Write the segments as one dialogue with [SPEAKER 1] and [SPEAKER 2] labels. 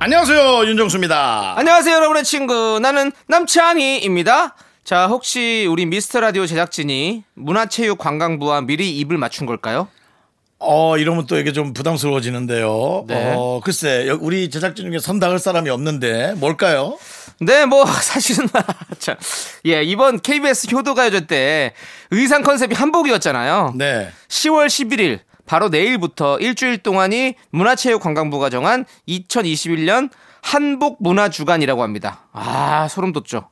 [SPEAKER 1] 안녕하세요 윤정수입니다.
[SPEAKER 2] 안녕하세요, 여러분의 친구. 나는 남창희입니다. 자, 혹시 우리 미스터 라디오 제작진이 문화체육관광부와 미리 입을 맞춘 걸까요?
[SPEAKER 1] 어 이러면 또 이게 좀 부담스러워지는데요.
[SPEAKER 2] 네.
[SPEAKER 1] 어 글쎄 여- 우리 제작진 중에 선 닿을 사람이 없는데 뭘까요?
[SPEAKER 2] 네, 뭐 사실은 자, 예, 이번 KBS 효도가요제 때 의상 컨셉이 한복이었잖아요.
[SPEAKER 1] 네.
[SPEAKER 2] 10월 11일 바로 내일부터 일주일 동안이 문화체육관광부가 정한 2021년 한복 문화 주간이라고 합니다. 아, 소름 돋죠.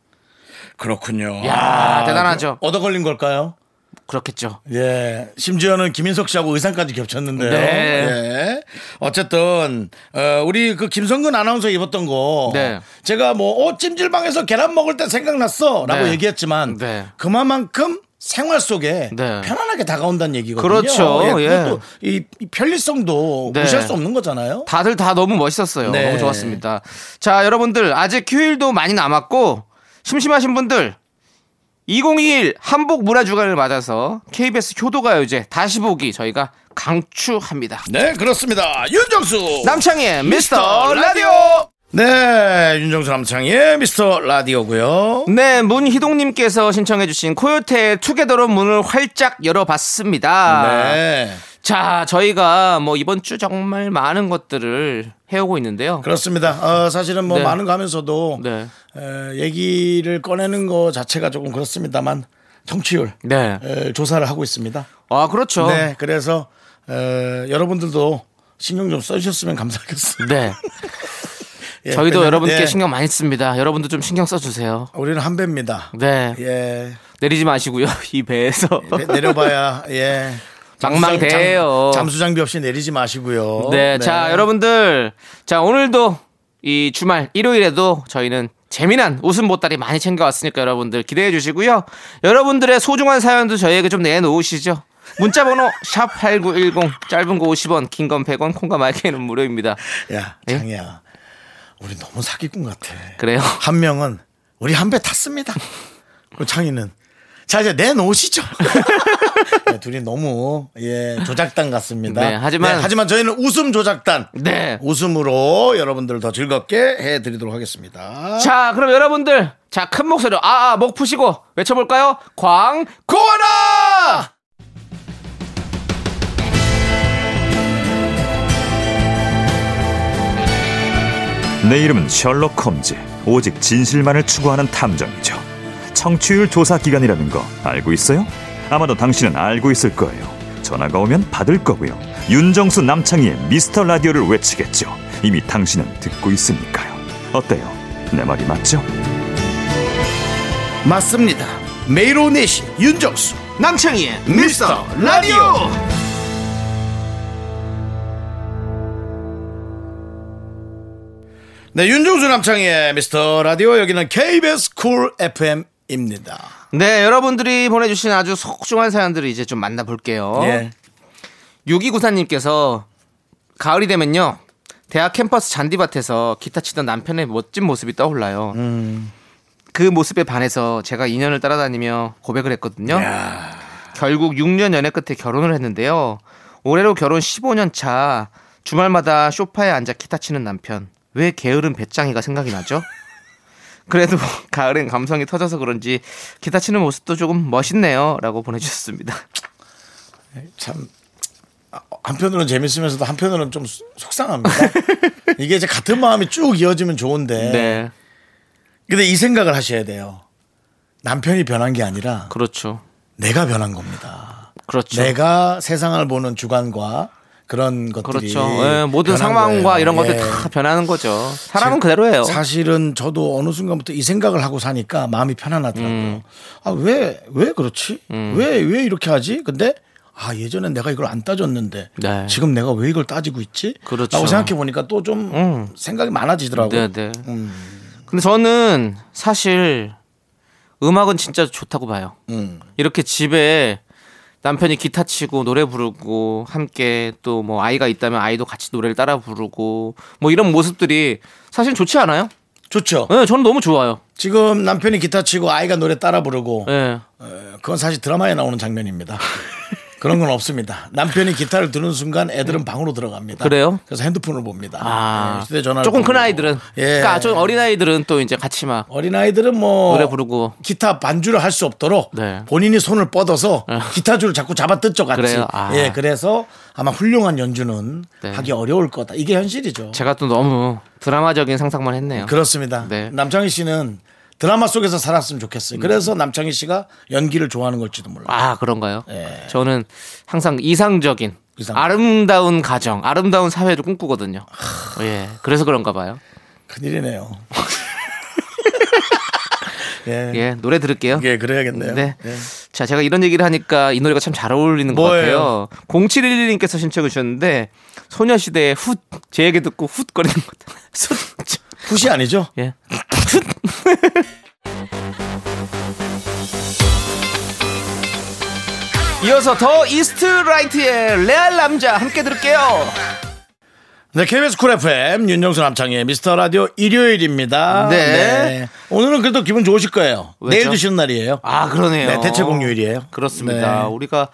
[SPEAKER 1] 그렇군요.
[SPEAKER 2] 야, 대단하죠.
[SPEAKER 1] 얻어 걸린 걸까요?
[SPEAKER 2] 그렇겠죠.
[SPEAKER 1] 예. 심지어는 김인석 씨하고 의상까지 겹쳤는데요.
[SPEAKER 2] 네.
[SPEAKER 1] 예. 어쨌든, 어, 우리 그 김성근 아나운서 입었던 거.
[SPEAKER 2] 네.
[SPEAKER 1] 제가 뭐, 어, 찜질방에서 계란 먹을 때 생각났어. 라고
[SPEAKER 2] 네.
[SPEAKER 1] 얘기했지만.
[SPEAKER 2] 네.
[SPEAKER 1] 그만큼 생활 속에
[SPEAKER 2] 네.
[SPEAKER 1] 편안하게 다가온다는 얘기거든요.
[SPEAKER 2] 그렇죠.
[SPEAKER 1] 예.
[SPEAKER 2] 예.
[SPEAKER 1] 그것도 이, 이 편리성도
[SPEAKER 2] 네.
[SPEAKER 1] 무시할 수 없는 거잖아요.
[SPEAKER 2] 다들 다 너무 멋있었어요.
[SPEAKER 1] 네.
[SPEAKER 2] 너무 좋았습니다. 자, 여러분들 아직 휴일도 많이 남았고 심심하신 분들 2021 한복 문화 주간을 맞아서 KBS 효도가요제 다시 보기 저희가 강추합니다.
[SPEAKER 1] 네, 그렇습니다. 윤정수!
[SPEAKER 2] 남창희의 미스터 라디오.
[SPEAKER 1] 네, 윤정수 남창의 미스터 라디오고요
[SPEAKER 2] 네, 문희동님께서 신청해주신 코요태의 투게더로 문을 활짝 열어봤습니다.
[SPEAKER 1] 네.
[SPEAKER 2] 자, 저희가 뭐 이번 주 정말 많은 것들을 해오고 있는데요.
[SPEAKER 1] 그렇습니다. 어, 사실은 뭐
[SPEAKER 2] 네.
[SPEAKER 1] 많은 거 하면서도
[SPEAKER 2] 네.
[SPEAKER 1] 에, 얘기를 꺼내는 거 자체가 조금 그렇습니다만 청취율
[SPEAKER 2] 네.
[SPEAKER 1] 에, 조사를 하고 있습니다.
[SPEAKER 2] 아, 그렇죠.
[SPEAKER 1] 네, 그래서 에, 여러분들도 신경 좀 써주셨으면 감사하겠습니다.
[SPEAKER 2] 네.
[SPEAKER 1] 예,
[SPEAKER 2] 저희도
[SPEAKER 1] 왜냐면,
[SPEAKER 2] 여러분께
[SPEAKER 1] 예,
[SPEAKER 2] 신경 많이 씁니다. 여러분도 좀 신경 써주세요.
[SPEAKER 1] 우리는 한 배입니다.
[SPEAKER 2] 네.
[SPEAKER 1] 예,
[SPEAKER 2] 내리지 마시고요. 이 배에서.
[SPEAKER 1] 배 내려봐야 예.
[SPEAKER 2] 망망대해요.
[SPEAKER 1] 잠- 잠수 장비 없이 내리지 마시고요.
[SPEAKER 2] 네. 자, 여러분들. 자, 오늘도 이 주말 일요일에도 저희는 재미난 웃음 보따리 많이 챙겨왔으니까 여러분들 기대해 주시고요. 여러분들의 소중한 사연도 저희에게 좀 내놓으시죠. 문자번호 샵8910 짧은 거 50원 긴 건 100원 콩과 마이크는 무료입니다.
[SPEAKER 1] 야,
[SPEAKER 2] 예?
[SPEAKER 1] 장이야, 우리 너무 사기꾼 같아.
[SPEAKER 2] 그래요?
[SPEAKER 1] 한 명은 우리 한 배 탔습니다. 그 창희는 자 이제 내놓으시죠. 네, 둘이 너무 예 조작단 같습니다.
[SPEAKER 2] 네, 하지만-
[SPEAKER 1] 하지만 저희는 웃음 조작단.
[SPEAKER 2] 네.
[SPEAKER 1] 웃음으로 여러분들을 더 즐겁게 해드리도록 하겠습니다.
[SPEAKER 2] 자, 그럼 여러분들 자, 큰 목소리로 아, 아, 목 푸시고 외쳐 볼까요? 광 고라!
[SPEAKER 3] 내 이름은 셜록 홈즈. 오직 진실만을 추구하는 탐정이죠. 청취율 조사 기간이라는 거 알고 있어요? 아마도 당신은 알고 있을 거예요. 전화가 오면 받을 거고요. 윤정수 남창희의 미스터 라디오를 외치겠죠. 이미 당신은 듣고 있으니까요. 어때요? 내 말이 맞죠?
[SPEAKER 1] 맞습니다. 매일 오후 4시 윤정수
[SPEAKER 2] 남창희의
[SPEAKER 1] 미스터 라디오. 네 윤정수 남창희의 미스터 라디오 여기는 KBS 쿨 FM입니다.
[SPEAKER 2] 네, 여러분들이 보내주신 아주 소중한 사연들을 이제 좀 만나볼게요.
[SPEAKER 1] 예.
[SPEAKER 2] 6294님께서 가을이 되면요. 대학 캠퍼스 잔디밭에서 기타 치던 남편의 멋진 모습이 떠올라요. 그 모습에 반해서 제가 2년을 따라다니며 고백을 했거든요. 결국 6년 연애 끝에 결혼을 했는데요. 올해로 결혼 15년 차 주말마다 소파에 앉아 기타 치는 남편. 왜 게으른 배짱이가 생각이 나죠? 그래도 가을엔 감성이 터져서 그런지 기타 치는 모습도 조금 멋있네요라고 보내주셨습니다.
[SPEAKER 1] 참 아, 한편으로는 재밌으면서도 한편으로는 좀 수- 속상합니다. 이게 이제 같은 마음이 쭉 이어지면 좋은데.
[SPEAKER 2] 네,
[SPEAKER 1] 근데 이 생각을 하셔야 돼요. 남편이 변한 게 아니라
[SPEAKER 2] 그렇죠,
[SPEAKER 1] 내가 변한 겁니다.
[SPEAKER 2] 그렇죠.
[SPEAKER 1] 내가 세상을 보는 주관과 그런 것들이
[SPEAKER 2] 그렇죠. 예, 모든
[SPEAKER 1] 변한
[SPEAKER 2] 상황과
[SPEAKER 1] 거예요.
[SPEAKER 2] 이런 것들
[SPEAKER 1] 예.
[SPEAKER 2] 다 변하는 거죠. 사람은
[SPEAKER 1] 제-
[SPEAKER 2] 그대로예요.
[SPEAKER 1] 사실은 저도 어느 순간부터 이 생각을 하고
[SPEAKER 2] 음.
[SPEAKER 1] 사니까 마음이 편안하더라고요. 아, 왜, 왜 그렇지? 왜, 왜 이렇게 하지? 근데, 아 예전엔 내가 이걸 안 따졌는데
[SPEAKER 2] 네.
[SPEAKER 1] 지금 내가 왜 이걸 따지고 있지?
[SPEAKER 2] 그렇죠. 음.
[SPEAKER 1] 라고 생각해 보니까 또 좀 생각이 많아지더라고. 요
[SPEAKER 2] 네, 네. 근데 저는 사실 음악은 진짜 좋다고 봐요.
[SPEAKER 1] 음.
[SPEAKER 2] 이렇게 집에 남편이 기타 치고 노래 부르고 함께 또 뭐 아이가 있다면 아이도 같이 노래를 따라 부르고 뭐 이런 모습들이 사실 좋지 않아요?
[SPEAKER 1] 좋죠.
[SPEAKER 2] 네, 저는 너무 좋아요.
[SPEAKER 1] 지금 남편이 기타 치고 아이가 노래 따라 부르고
[SPEAKER 2] 네.
[SPEAKER 1] 어, 그건 사실 드라마에 나오는 장면입니다. 그런 건 없습니다. 남편이 기타를 드는 순간 애들은 방으로 들어갑니다.
[SPEAKER 2] 그래요?
[SPEAKER 1] 그래서 핸드폰을 봅니다.
[SPEAKER 2] 아,
[SPEAKER 1] 예, 휴대전화를
[SPEAKER 2] 조금 큰
[SPEAKER 1] 보고.
[SPEAKER 2] 아이들은.
[SPEAKER 1] 예.
[SPEAKER 2] 그러니까 좀 어린 아이들은 또 이제 같이 막
[SPEAKER 1] 어린 아이들은 뭐
[SPEAKER 2] 노래 부르고.
[SPEAKER 1] 기타 반주를 할 수 없도록
[SPEAKER 2] 네.
[SPEAKER 1] 본인이 손을 뻗어서 기타 줄을 자꾸 잡아뜯죠 같이.
[SPEAKER 2] 그래요? 아.
[SPEAKER 1] 예, 그래서 아마 훌륭한 연주는
[SPEAKER 2] 네.
[SPEAKER 1] 하기 어려울 거다. 이게 현실이죠.
[SPEAKER 2] 제가 또 너무 드라마적인 상상만 했네요.
[SPEAKER 1] 그렇습니다.
[SPEAKER 2] 네.
[SPEAKER 1] 남창희 씨는 드라마 속에서 살았으면 좋겠어요. 그래서 남창희 씨가 연기를 좋아하는 걸지도 몰라. 요
[SPEAKER 2] 아 그런가요?
[SPEAKER 1] 예.
[SPEAKER 2] 저는 항상 이상적인
[SPEAKER 1] 이상적.
[SPEAKER 2] 아름다운 가정, 아름다운 사회를 꿈꾸거든요. 예, 그래서 그런가 봐요.
[SPEAKER 1] 큰일이네요. 예.
[SPEAKER 2] 예, 노래 들을게요.
[SPEAKER 1] 예, 그래야겠네요.
[SPEAKER 2] 네.
[SPEAKER 1] 예.
[SPEAKER 2] 자, 제가 이런 얘기를 하니까 이 노래가 참 잘 어울리는 것
[SPEAKER 1] 뭐예요?
[SPEAKER 2] 같아요. 0711님께서 신청해 주셨는데 소녀시대의 훗, 제 얘기 듣고 훗 거리는 것 같아요. 훗.
[SPEAKER 1] 푸시 아니죠?
[SPEAKER 2] 예. 이어서 더 이스트 라이트의 레알 남자 함께 들을게요.
[SPEAKER 1] 네, KBS 쿨 FM 윤정수 남창희의 미스터 라디오 일요일입니다.
[SPEAKER 2] 네.
[SPEAKER 1] 오늘은 그래도 기분 좋으실 거예요.
[SPEAKER 2] 왜죠?
[SPEAKER 1] 내일 드시는 날이에요.
[SPEAKER 2] 아, 그러네요.
[SPEAKER 1] 네, 대체 공휴일이에요.
[SPEAKER 2] 그렇습니다.
[SPEAKER 1] 네.
[SPEAKER 2] 우리가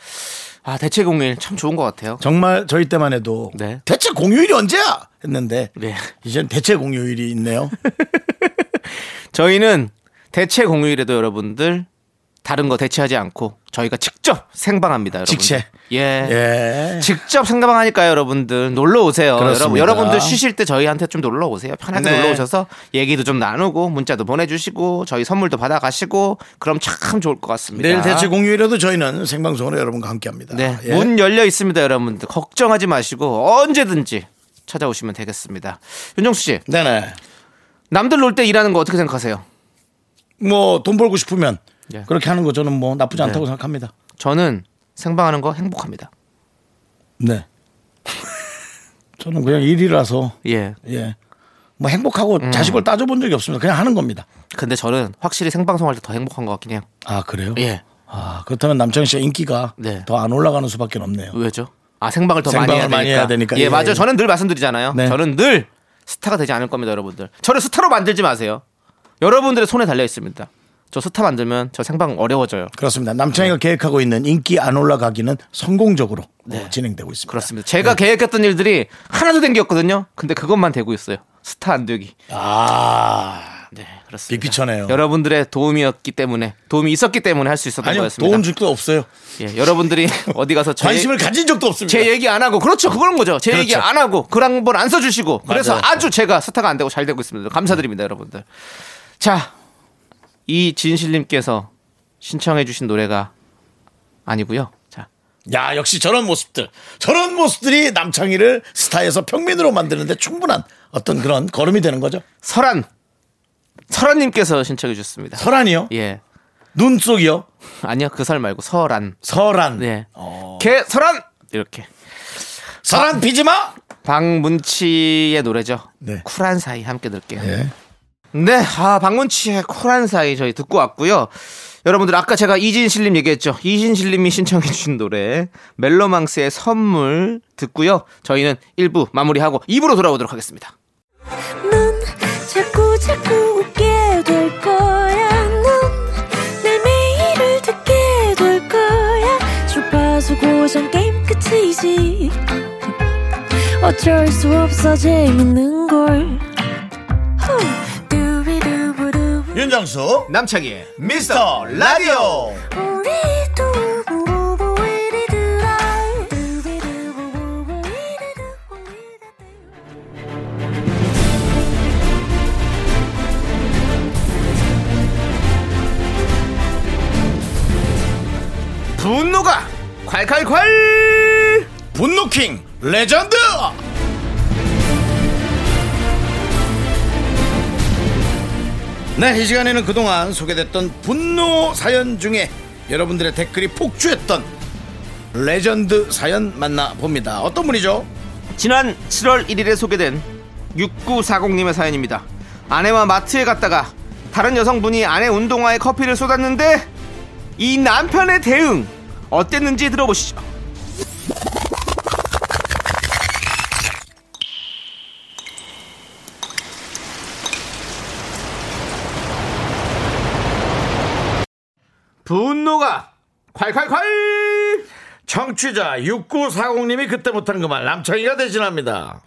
[SPEAKER 2] 아, 대체 공일 참 좋은 것 같아요.
[SPEAKER 1] 정말 저희 때만 해도
[SPEAKER 2] 네.
[SPEAKER 1] 대체 공휴일이 언제야 했는데
[SPEAKER 2] 네.
[SPEAKER 1] 이젠 대체 공휴일이 있네요.
[SPEAKER 2] 저희는 대체 공휴일에도 여러분들 다른 거 대체하지 않고 저희가 직접 생방합니다. 여러분.
[SPEAKER 1] 직체.
[SPEAKER 2] 예.
[SPEAKER 1] 예.
[SPEAKER 2] 직접 생방하니까요, 여러분들 놀러 오세요.
[SPEAKER 1] 그렇습니다.
[SPEAKER 2] 여러분, 여러분들 쉬실 때 저희한테 좀 놀러 오세요. 편하게
[SPEAKER 1] 네.
[SPEAKER 2] 놀러 오셔서 얘기도 좀 나누고 문자도 보내주시고 저희 선물도 받아가시고 그럼 참 좋을 것 같습니다.
[SPEAKER 1] 내일 대체 공휴일에도 저희는 생방송으로 여러분과 함께합니다.
[SPEAKER 2] 네,
[SPEAKER 1] 예.
[SPEAKER 2] 문 열려 있습니다, 여러분들. 걱정하지 마시고 언제든지 찾아오시면 되겠습니다. 윤정수 씨,
[SPEAKER 1] 네네.
[SPEAKER 2] 남들 놀 때 일하는 거 어떻게 생각하세요?
[SPEAKER 1] 뭐 돈 벌고 싶으면
[SPEAKER 2] 예. 네.
[SPEAKER 1] 그렇게 하는 거 저는 뭐 나쁘지 않다고 생각합니다.
[SPEAKER 2] 저는 생방하는 거 행복합니다.
[SPEAKER 1] 네. 저는 그냥 일이라서
[SPEAKER 2] 예.
[SPEAKER 1] 예. 뭐 행복하고
[SPEAKER 2] 음.
[SPEAKER 1] 자식을 따져본 적이 없습니다. 그냥 하는 겁니다.
[SPEAKER 2] 근데 저는 확실히 생방송할 때 더 행복한 것 같긴 해요.
[SPEAKER 1] 아 그래요?
[SPEAKER 2] 예.
[SPEAKER 1] 아 그렇다면 남창희 씨의 인기가
[SPEAKER 2] 네.
[SPEAKER 1] 더 안 올라가는 수밖에 없네요.
[SPEAKER 2] 왜죠? 아 생방을 더
[SPEAKER 1] 생방을
[SPEAKER 2] 많이, 해야,
[SPEAKER 1] 많이
[SPEAKER 2] 되니까.
[SPEAKER 1] 해야 되니까.
[SPEAKER 2] 예,
[SPEAKER 1] 예,
[SPEAKER 2] 맞아요.
[SPEAKER 1] 예.
[SPEAKER 2] 저는 늘 말씀드리잖아요.
[SPEAKER 1] 네.
[SPEAKER 2] 저는 늘 스타가 되지 않을 겁니다, 여러분들. 저를 스타로 만들지 마세요. 여러분들의 손에 달려 있습니다. 저 스타 만들면 저 생방 어려워져요.
[SPEAKER 1] 그렇습니다. 남창희가
[SPEAKER 2] 네.
[SPEAKER 1] 계획하고 있는 인기 안 올라가기는 성공적으로 어, 진행되고 있습니다.
[SPEAKER 2] 네. 그렇습니다. 제가
[SPEAKER 1] 네.
[SPEAKER 2] 계획했던 일들이 하나도 된 게 없거든요. 근데 그것만 되고 있어요. 스타 안 되기.
[SPEAKER 1] 아
[SPEAKER 2] 네, 그렇습니다.
[SPEAKER 1] 빅피처네요.
[SPEAKER 2] 여러분들의 도움이었기 때문에 도움이 있었기 때문에 할 수 있었던
[SPEAKER 1] 아니요
[SPEAKER 2] 거였습니다.
[SPEAKER 1] 도움 줄 게 없어요.
[SPEAKER 2] 예, 여러분들이 어디 가서 제,
[SPEAKER 1] 관심을 가진 적도 없습니다.
[SPEAKER 2] 제 얘기 안 하고 그렇죠 그런 거죠 제
[SPEAKER 1] 그렇죠.
[SPEAKER 2] 얘기 안 하고 그런 한번 안 써주시고 그래서
[SPEAKER 1] 맞아요.
[SPEAKER 2] 아주 제가 스타가 안 되고 잘 되고 있습니다 감사드립니다 여러분들 자 이진실님께서 신청해주신 노래가 아니고요 자
[SPEAKER 1] 야 역시 저런 모습들 저런 모습들이 남창희를 스타에서 평민으로 만드는데 충분한 어떤 그런 걸음이 되는 거죠.
[SPEAKER 2] 설안 설안님께서 신청해주셨습니다
[SPEAKER 1] 설안이요?
[SPEAKER 2] 예
[SPEAKER 1] 눈 속이요?
[SPEAKER 2] 아니요 그 설 말고 설안
[SPEAKER 1] 설안. 어,
[SPEAKER 2] 네 개, 설안 이렇게
[SPEAKER 1] 설안 피지 마.
[SPEAKER 2] 박문치의 노래죠
[SPEAKER 1] 네.
[SPEAKER 2] 쿨한 사이 함께 들을게요
[SPEAKER 1] 예.
[SPEAKER 2] 네, 아, 박문치의 쿨한 사이 저희 듣고 왔고요. 여러분들 아까 제가 이진실님 얘기했죠. 이진실님이 신청해주신 노래 멜로망스의 선물 듣고요. 저희는 1부 마무리하고 2부로 돌아오도록 하겠습니다.
[SPEAKER 4] 넌 자꾸 자꾸 웃게 될 거야. 넌내 매일을 듣게 될 거야. 주파수 고정 게임 끝이지. 어쩔 수 없어 재밌는 걸. 후. 두비두부두.
[SPEAKER 1] 윤정수
[SPEAKER 2] 남창희의
[SPEAKER 1] 미스터 라디오.
[SPEAKER 4] 우리 두부부부 우리 두라. 두비두부부부 우리 두부 우리 두부.
[SPEAKER 2] 분노가 콸콸콸!
[SPEAKER 1] 분노킹 레전드 네, 이 시간에는 그동안 소개됐던 분노 사연 중에 여러분들의 댓글이 폭주했던 레전드 사연 만나봅니다. 어떤 분이죠?
[SPEAKER 2] 지난 7월 1일에 소개된 6940님의 사연입니다. 아내와 마트에 갔다가 다른 여성분이 아내 운동화에 커피를 쏟았는데 이 남편의 대응 어땠는지 들어보시죠. 분노가 콸콸콸!
[SPEAKER 1] 청취자 6940님이 그때 못한 그 말 남창희가 대신합니다.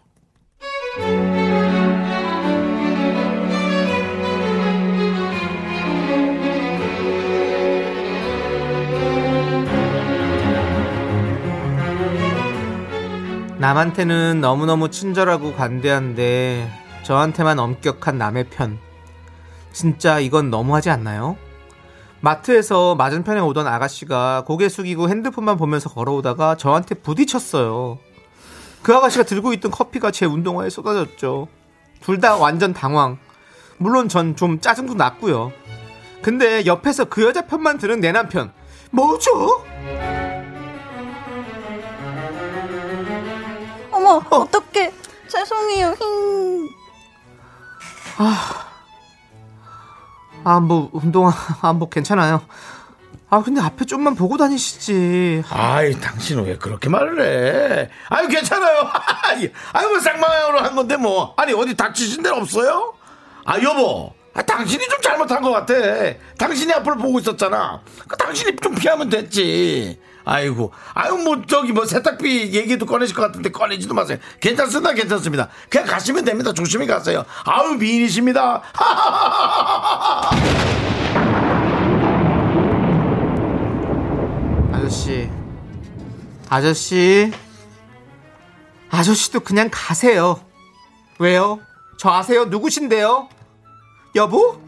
[SPEAKER 2] 남한테는 너무너무 친절하고 관대한데 저한테만 엄격한 남의 편. 진짜 이건 너무하지 않나요? 마트에서 맞은편에 오던 아가씨가 고개 숙이고 핸드폰만 보면서 걸어오다가 저한테 부딪혔어요. 그 아가씨가 들고 있던 커피가 제 운동화에 쏟아졌죠. 둘 다 완전 당황. 물론 전 좀 짜증도 났고요. 근데 옆에서 그 여자 편만 드는 내 남편. 뭐죠?
[SPEAKER 4] 어머 어떡해 죄송해요 힝
[SPEAKER 2] 아 뭐 운동화 아 뭐 괜찮아요. 아 근데 앞에 좀만 보고 다니시지.
[SPEAKER 1] 아이, 당신은 왜 그렇게 말을 해? 아유, 괜찮아요. 아니, 아유, 뭐 쌍방향으로 한 건데 뭐. 아니, 어디 다치신 데는 없어요? 아, 여보. 아, 당신이 좀 잘못한 것 같아. 당신이 앞을 보고 있었잖아. 그 당신이 좀 피하면 됐지. 아이고, 아유, 뭐, 저기, 뭐, 세탁비 얘기도 꺼내실 것 같은데 꺼내지도 마세요. 괜찮습니다, 괜찮습니다. 그냥 가시면 됩니다. 조심히 가세요. 아유, 미인이십니다.
[SPEAKER 2] 아저씨, 아저씨, 아저씨도 그냥 가세요. 왜요? 저 아세요? 누구신데요? 여보?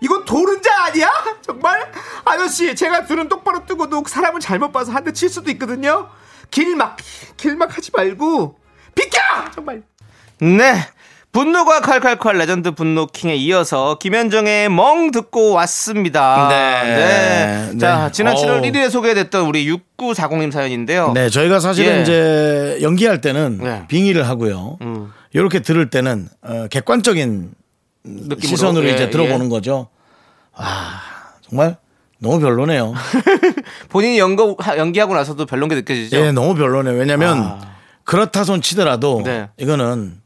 [SPEAKER 2] 이건 도른자 아니야? 정말? 아저씨, 제가 눈은 똑바로 뜨고도 사람을 잘못 봐서 한 대 칠 수도 있거든요? 길막, 길막 하지 말고, 비켜! 정말. 네. 분노가 칼칼칼 레전드 분노킹에 이어서 김현정의 멍 듣고 왔습니다.
[SPEAKER 1] 네. 네.
[SPEAKER 2] 자, 지난
[SPEAKER 1] 어우.
[SPEAKER 2] 7월 1일 에 소개됐던 우리 6940님 사연인데요.
[SPEAKER 1] 네, 저희가 사실은
[SPEAKER 2] 예.
[SPEAKER 1] 이제 연기할 때는
[SPEAKER 2] 네.
[SPEAKER 1] 빙의를 하고요.
[SPEAKER 2] 음.
[SPEAKER 1] 이렇게 들을 때는 어, 객관적인
[SPEAKER 2] 느낌으로.
[SPEAKER 1] 시선으로
[SPEAKER 2] 예,
[SPEAKER 1] 이제 들어보는
[SPEAKER 2] 예.
[SPEAKER 1] 거죠. 아 정말 너무 별로네요.
[SPEAKER 2] 본인이 연거, 하- 연기하고 나서도 별론 게 느껴지죠. 아.
[SPEAKER 1] 예, 너무 별로네요. 왜냐하면 그렇다 손 치더라도
[SPEAKER 2] 네.
[SPEAKER 1] 이거는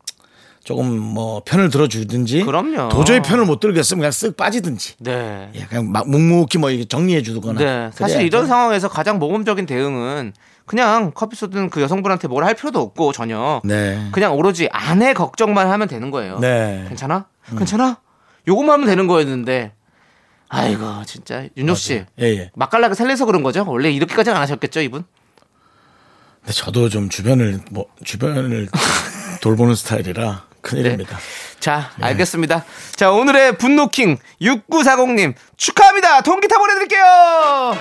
[SPEAKER 1] 조금 뭐 편을 들어주든지
[SPEAKER 2] 그럼요.
[SPEAKER 1] 도저히 편을 못 들겠으면 그냥 쓱 빠지든지
[SPEAKER 2] 네.
[SPEAKER 1] 예, 그냥 막 묵묵히 뭐 이렇게 정리해 주거나
[SPEAKER 2] 네. 사실
[SPEAKER 1] 그래야죠.
[SPEAKER 2] 이런 상황에서 가장 모범적인 대응은 그냥 커피 쏟은 그 여성분한테 뭘 할 필요도 없고 전혀.
[SPEAKER 1] 네.
[SPEAKER 2] 그냥 오로지 아내 걱정만 하면 되는 거예요.
[SPEAKER 1] 네.
[SPEAKER 2] 괜찮아? 괜찮아? 요것만 하면 되는 거였는데. 아이고, 진짜. 윤종 씨.
[SPEAKER 1] 예, 예.
[SPEAKER 2] 맛깔나게 살려서 그런 거죠? 원래 이렇게까지는 안 하셨겠죠, 이분?
[SPEAKER 1] 근데 저도 좀 주변을 뭐 주변을 돌보는 스타일이라 큰일입니다.
[SPEAKER 2] 네.
[SPEAKER 1] 네.
[SPEAKER 2] 자, 알겠습니다. 자, 오늘의 분노킹 6940님 축하합니다. 통기타 보내드릴게요.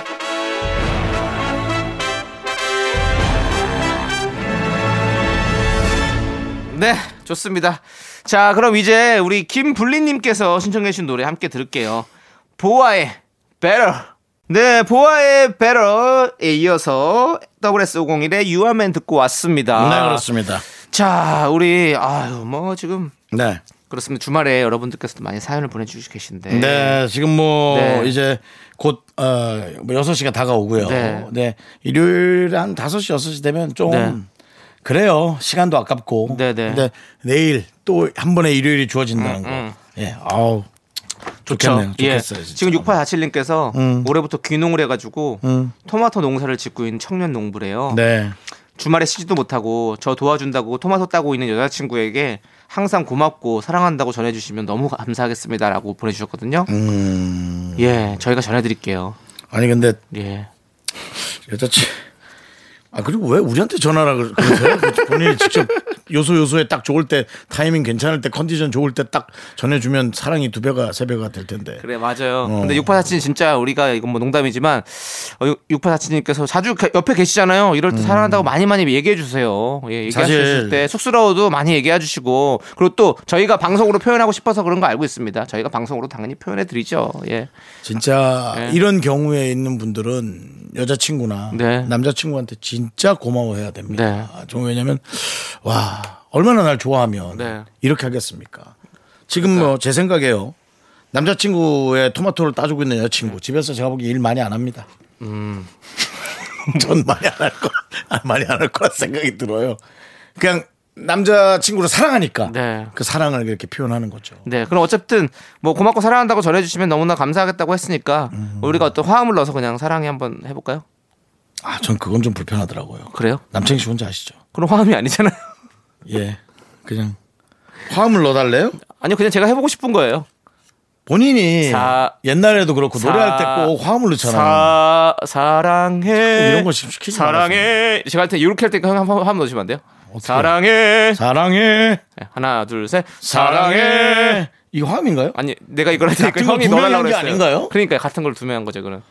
[SPEAKER 2] 네, 좋습니다. 자, 그럼 이제 우리 김불리님께서 신청해주신 노래 함께 들을게요. 보아의 Better. 네, 보아의 Better에 이어서 WS501의 You Are Man 듣고 왔습니다.
[SPEAKER 1] 네 그렇습니다.
[SPEAKER 2] 자, 우리 아유 뭐 지금
[SPEAKER 1] 네.
[SPEAKER 2] 그렇습니다. 주말에 여러분들께서도 많이 사연을 보내주시고 계신데.
[SPEAKER 1] 네, 지금 뭐
[SPEAKER 2] 네.
[SPEAKER 1] 이제 곧 어, 뭐 6시가 다가오고요. 네.
[SPEAKER 2] 네.
[SPEAKER 1] 일요일 한 5시 6시 되면 좀
[SPEAKER 2] 네.
[SPEAKER 1] 그래요. 시간도 아깝고.
[SPEAKER 2] 네, 네.
[SPEAKER 1] 근데 내일 또 한 번의 일요일이 주어진다는
[SPEAKER 2] 음.
[SPEAKER 1] 거. 예. 아우.
[SPEAKER 2] 그쵸?
[SPEAKER 1] 좋겠네요.
[SPEAKER 2] 예.
[SPEAKER 1] 좋겠어요. 진짜.
[SPEAKER 2] 지금 6847님께서
[SPEAKER 1] 음.
[SPEAKER 2] 올해부터 귀농을 해가지고 토마토 농사를 짓고 있는 청년 농부래요.
[SPEAKER 1] 네.
[SPEAKER 2] 주말에 쉬지도 못하고 저 도와준다고 토마토 따고 있는 여자친구에게 항상 고맙고 사랑한다고 전해주시면 너무 감사하겠습니다라고 보내주셨거든요.
[SPEAKER 1] 음.
[SPEAKER 2] 예, 저희가 전해드릴게요.
[SPEAKER 1] 아니 근데
[SPEAKER 2] 예.
[SPEAKER 1] 여자친 아 그리고 왜 우리한테 전화라 그러- 그러세요? 그, 본인이 직접 요소 요소에 딱 좋을 때 타이밍 괜찮을 때 컨디션 좋을 때 딱 전해주면 사랑이 두 배가 세 배가 될 텐데.
[SPEAKER 2] 그래 맞아요.
[SPEAKER 1] 어.
[SPEAKER 2] 근데 6847 진짜 우리가 이건 뭐 농담이지만 6847님께서 자주 가- 옆에 계시잖아요. 이럴 때 사랑한다고 많이 많이 얘기해 주세요. 예,
[SPEAKER 1] 음. 사실-
[SPEAKER 2] 얘기하실 때 쑥스러워도 많이 얘기해 주시고 그리고 또 저희가 방송으로 표현하고 싶어서 그런 거 알고 있습니다. 저희가 방송으로 당연히 표현해 드리죠. 예.
[SPEAKER 1] 진짜
[SPEAKER 2] 네.
[SPEAKER 1] 이런 경우에 있는 분들은 여자친구나
[SPEAKER 2] 네.
[SPEAKER 1] 남자친구한테 진짜 고마워해야 됩니다.
[SPEAKER 2] 네.
[SPEAKER 1] 좀 왜냐면 와 얼마나 날 좋아하면
[SPEAKER 2] 네.
[SPEAKER 1] 이렇게 하겠습니까? 지금 뭐 제 생각에요. 남자친구의 토마토를 따주고 있는 여자친구 집에서 제가 보기에 일 많이 안 합니다.
[SPEAKER 2] 음.
[SPEAKER 1] 전 많이 안 할 거, 아, 많이 안 할 거라 생각이 들어요. 그냥 남자친구를 사랑하니까
[SPEAKER 2] 네.
[SPEAKER 1] 그 사랑을 이렇게 표현하는 거죠.
[SPEAKER 2] 네. 그럼 어쨌든 뭐 고맙고 사랑한다고 전해 주시면 너무나 감사하겠다고 했으니까 우리가 어떤 화음을 넣어서 그냥 사랑해 한번 해 볼까요?
[SPEAKER 1] 아, 전 그건 좀 불편하더라고요.
[SPEAKER 2] 그래요?
[SPEAKER 1] 남창희 씨 혼자 아시죠?
[SPEAKER 2] 그럼 화음이 아니잖아요.
[SPEAKER 1] 예. 그냥 화음을 넣어달래요?
[SPEAKER 2] 아니요. 그냥 제가 해 보고 싶은 거예요.
[SPEAKER 1] 본인이
[SPEAKER 2] 사-
[SPEAKER 1] 옛날에도 그렇고 노래할 때
[SPEAKER 2] 사-
[SPEAKER 1] 꼭 화음을 넣잖아요.
[SPEAKER 2] 사 사랑해
[SPEAKER 1] 이런 거 지금 시키지
[SPEAKER 2] 사랑해 제가 할 때 이렇게 할 때 그냥 한번 한번 넣으시면 안 돼요?
[SPEAKER 1] 어떻게
[SPEAKER 2] 사랑해
[SPEAKER 1] 사랑해,
[SPEAKER 2] 네, 하나 둘셋
[SPEAKER 1] 사랑해. 이 화음인가요?
[SPEAKER 2] 아니 내가 이걸 할 테니까
[SPEAKER 1] 같은 걸
[SPEAKER 2] 형이
[SPEAKER 1] 두 명이
[SPEAKER 2] 넣어달라고
[SPEAKER 1] 한게
[SPEAKER 2] 그랬어요
[SPEAKER 1] 아닌가요?
[SPEAKER 2] 그러니까 같은 걸 두 명 한 거죠 그는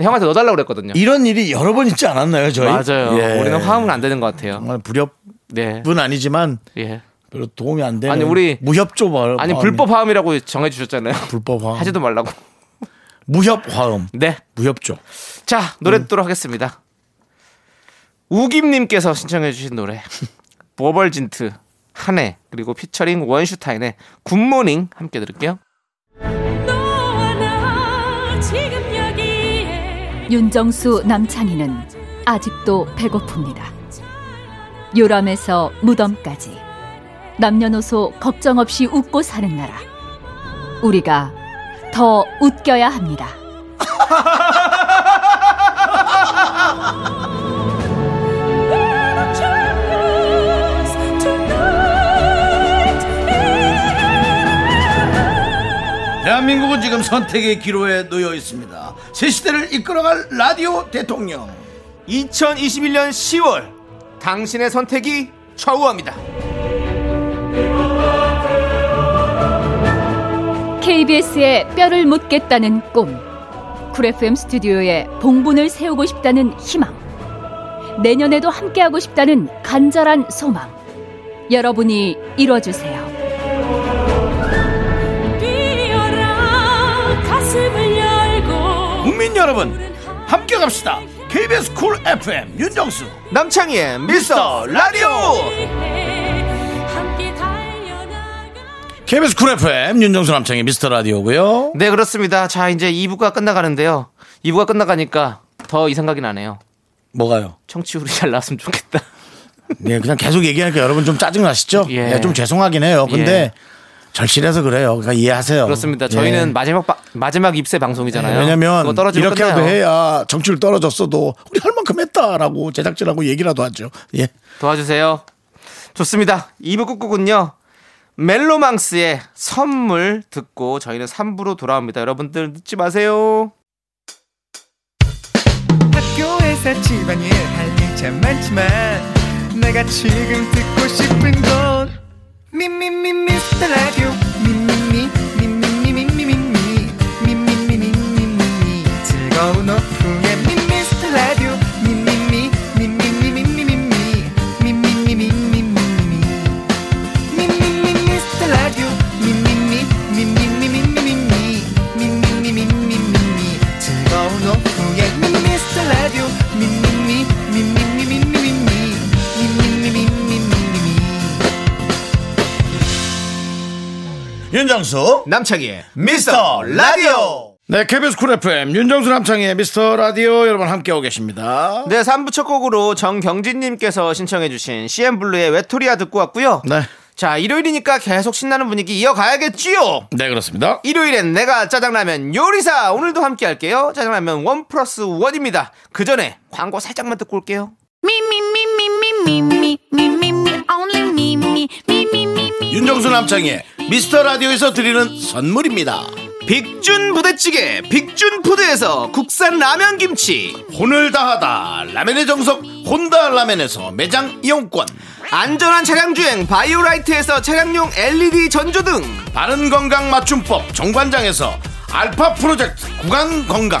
[SPEAKER 2] 형한테 넣어달라고 그랬거든요
[SPEAKER 1] 이런 일이 여러 번 있지 않았나요, 저희?
[SPEAKER 2] 맞아요
[SPEAKER 1] 예.
[SPEAKER 2] 우리는 화음은 안 되는 것 같아요
[SPEAKER 1] 정말 불협은
[SPEAKER 2] 네
[SPEAKER 1] 아니지만
[SPEAKER 2] 예.
[SPEAKER 1] 별로 도움이 안 되는
[SPEAKER 2] 아니, 우리-
[SPEAKER 1] 무협조 화
[SPEAKER 2] 아니 불법 화음이라고 정해주셨잖아요
[SPEAKER 1] 불법 화음
[SPEAKER 2] 하지도 말라고
[SPEAKER 1] 무협 화음
[SPEAKER 2] 네
[SPEAKER 1] 무협조
[SPEAKER 2] 자 노래 듣도록 하겠습니다 우김님께서 신청해 주신 노래 버벌진트 한해 그리고 피처링 원슈타인의 굿모닝 함께 들을게요
[SPEAKER 5] 너와 나 지금 여기에
[SPEAKER 6] 윤정수 남창희는 아직도 배고픕니다. 요람에서 무덤까지 남녀노소 걱정 없이 웃고 사는 나라. 우리가 더 웃겨야 합니다.
[SPEAKER 1] 대한민국은 지금 선택의 기로에 놓여 있습니다 새 시대를 이끌어갈 라디오 대통령
[SPEAKER 2] 2021년 10월 당신의 선택이 좌우합니다
[SPEAKER 6] KBS에 뼈를 묻겠다는 꿈. 쿨FM 스튜디오에 봉분을 세우고 싶다는 희망. 내년에도 함께하고 싶다는 간절한 소망. 여러분이 이뤄주세요.
[SPEAKER 5] 뛰어라 가슴을 열고
[SPEAKER 1] 국민 여러분 함께 갑시다 KBS 쿨 FM 윤정수
[SPEAKER 2] 남창희의 미스터 라디오
[SPEAKER 5] 함께 달려나가
[SPEAKER 1] KBS 쿨 FM 윤정수 남창의 미스터 라디오고요
[SPEAKER 2] 네 그렇습니다 자 이제 2부가 끝나가는데요 2부가 끝나가니까 더 이 생각이 나네요
[SPEAKER 1] 뭐가요?
[SPEAKER 2] 청취율이 잘 나왔으면 좋겠다
[SPEAKER 1] 네, 그냥 계속 얘기하니까 여러분 좀 짜증나시죠?
[SPEAKER 2] 예.
[SPEAKER 1] 네, 좀 죄송하긴 해요 근데
[SPEAKER 2] 예.
[SPEAKER 1] 절실해서 그래요 그러니까 이해하세요
[SPEAKER 2] 그렇습니다
[SPEAKER 1] 예. 네,
[SPEAKER 2] 저희는 마지막 바- 마지막 입세 네, 방송이잖아요
[SPEAKER 1] 왜냐면
[SPEAKER 2] 그거 떨어지면
[SPEAKER 1] 이렇게라도
[SPEAKER 2] 끝나요.
[SPEAKER 1] 해야 정치율 떨어졌어도 우리 할 만큼 했다라고 제작진하고 얘기라도 하죠. 예.
[SPEAKER 2] 도와주세요. 좋습니다. 2부 끝곡은요. 멜로망스의 선물 듣고 저희는 3부로 돌아옵니다. 여러분들 늦지 마세요.
[SPEAKER 7] 학교에서 집안일 할 일 참 많지만 내가 지금 듣고 싶은 건 미미미 미스터 라디오 미미미 미미미 미미미 미미미 미미미 즐거운 오후에 미스터 라디오 미미미 미미미 미미미 미미미 미미미 미미미 미스터 라디오 미미미 미미미 미미미 미미미 미미미 즐거운 오후에 미스터 라디오 미미미 미미미 미미미 미미미
[SPEAKER 1] 윤정수
[SPEAKER 2] 남창희의
[SPEAKER 1] 미스터 라디오. 네, KBS 쿨 FM 윤정수 남창희의 미스터 라디오 여러분 함께하고 계십니다.
[SPEAKER 2] 네, 3부 첫 곡으로 정경진님께서 신청해주신 CM블루의 외톨이야 듣고 왔고요.
[SPEAKER 1] 네.
[SPEAKER 2] 자, 일요일이니까 계속 신나는 분위기 이어가야겠지요.
[SPEAKER 1] 네, 그렇습니다.
[SPEAKER 2] 일요일엔 내가 짜장라면 요리사 오늘도 함께 할게요. 짜장라면 원 플러스 원입니다그 전에 광고 살짝만 듣고 올게요.
[SPEAKER 1] 윤정수 남창희의 미스터 라디오에서 드리는 선물입니다.
[SPEAKER 2] 빅준 부대찌개 빅준 푸드에서 국산 라면 김치
[SPEAKER 1] 혼을 다하다 라멘의 정석 혼다 라멘에서 매장 이용권
[SPEAKER 2] 안전한 차량 주행 바이오라이트에서 차량용 LED 전조등
[SPEAKER 1] 바른 건강 맞춤법 정관장에서 알파 프로젝트 구간 건강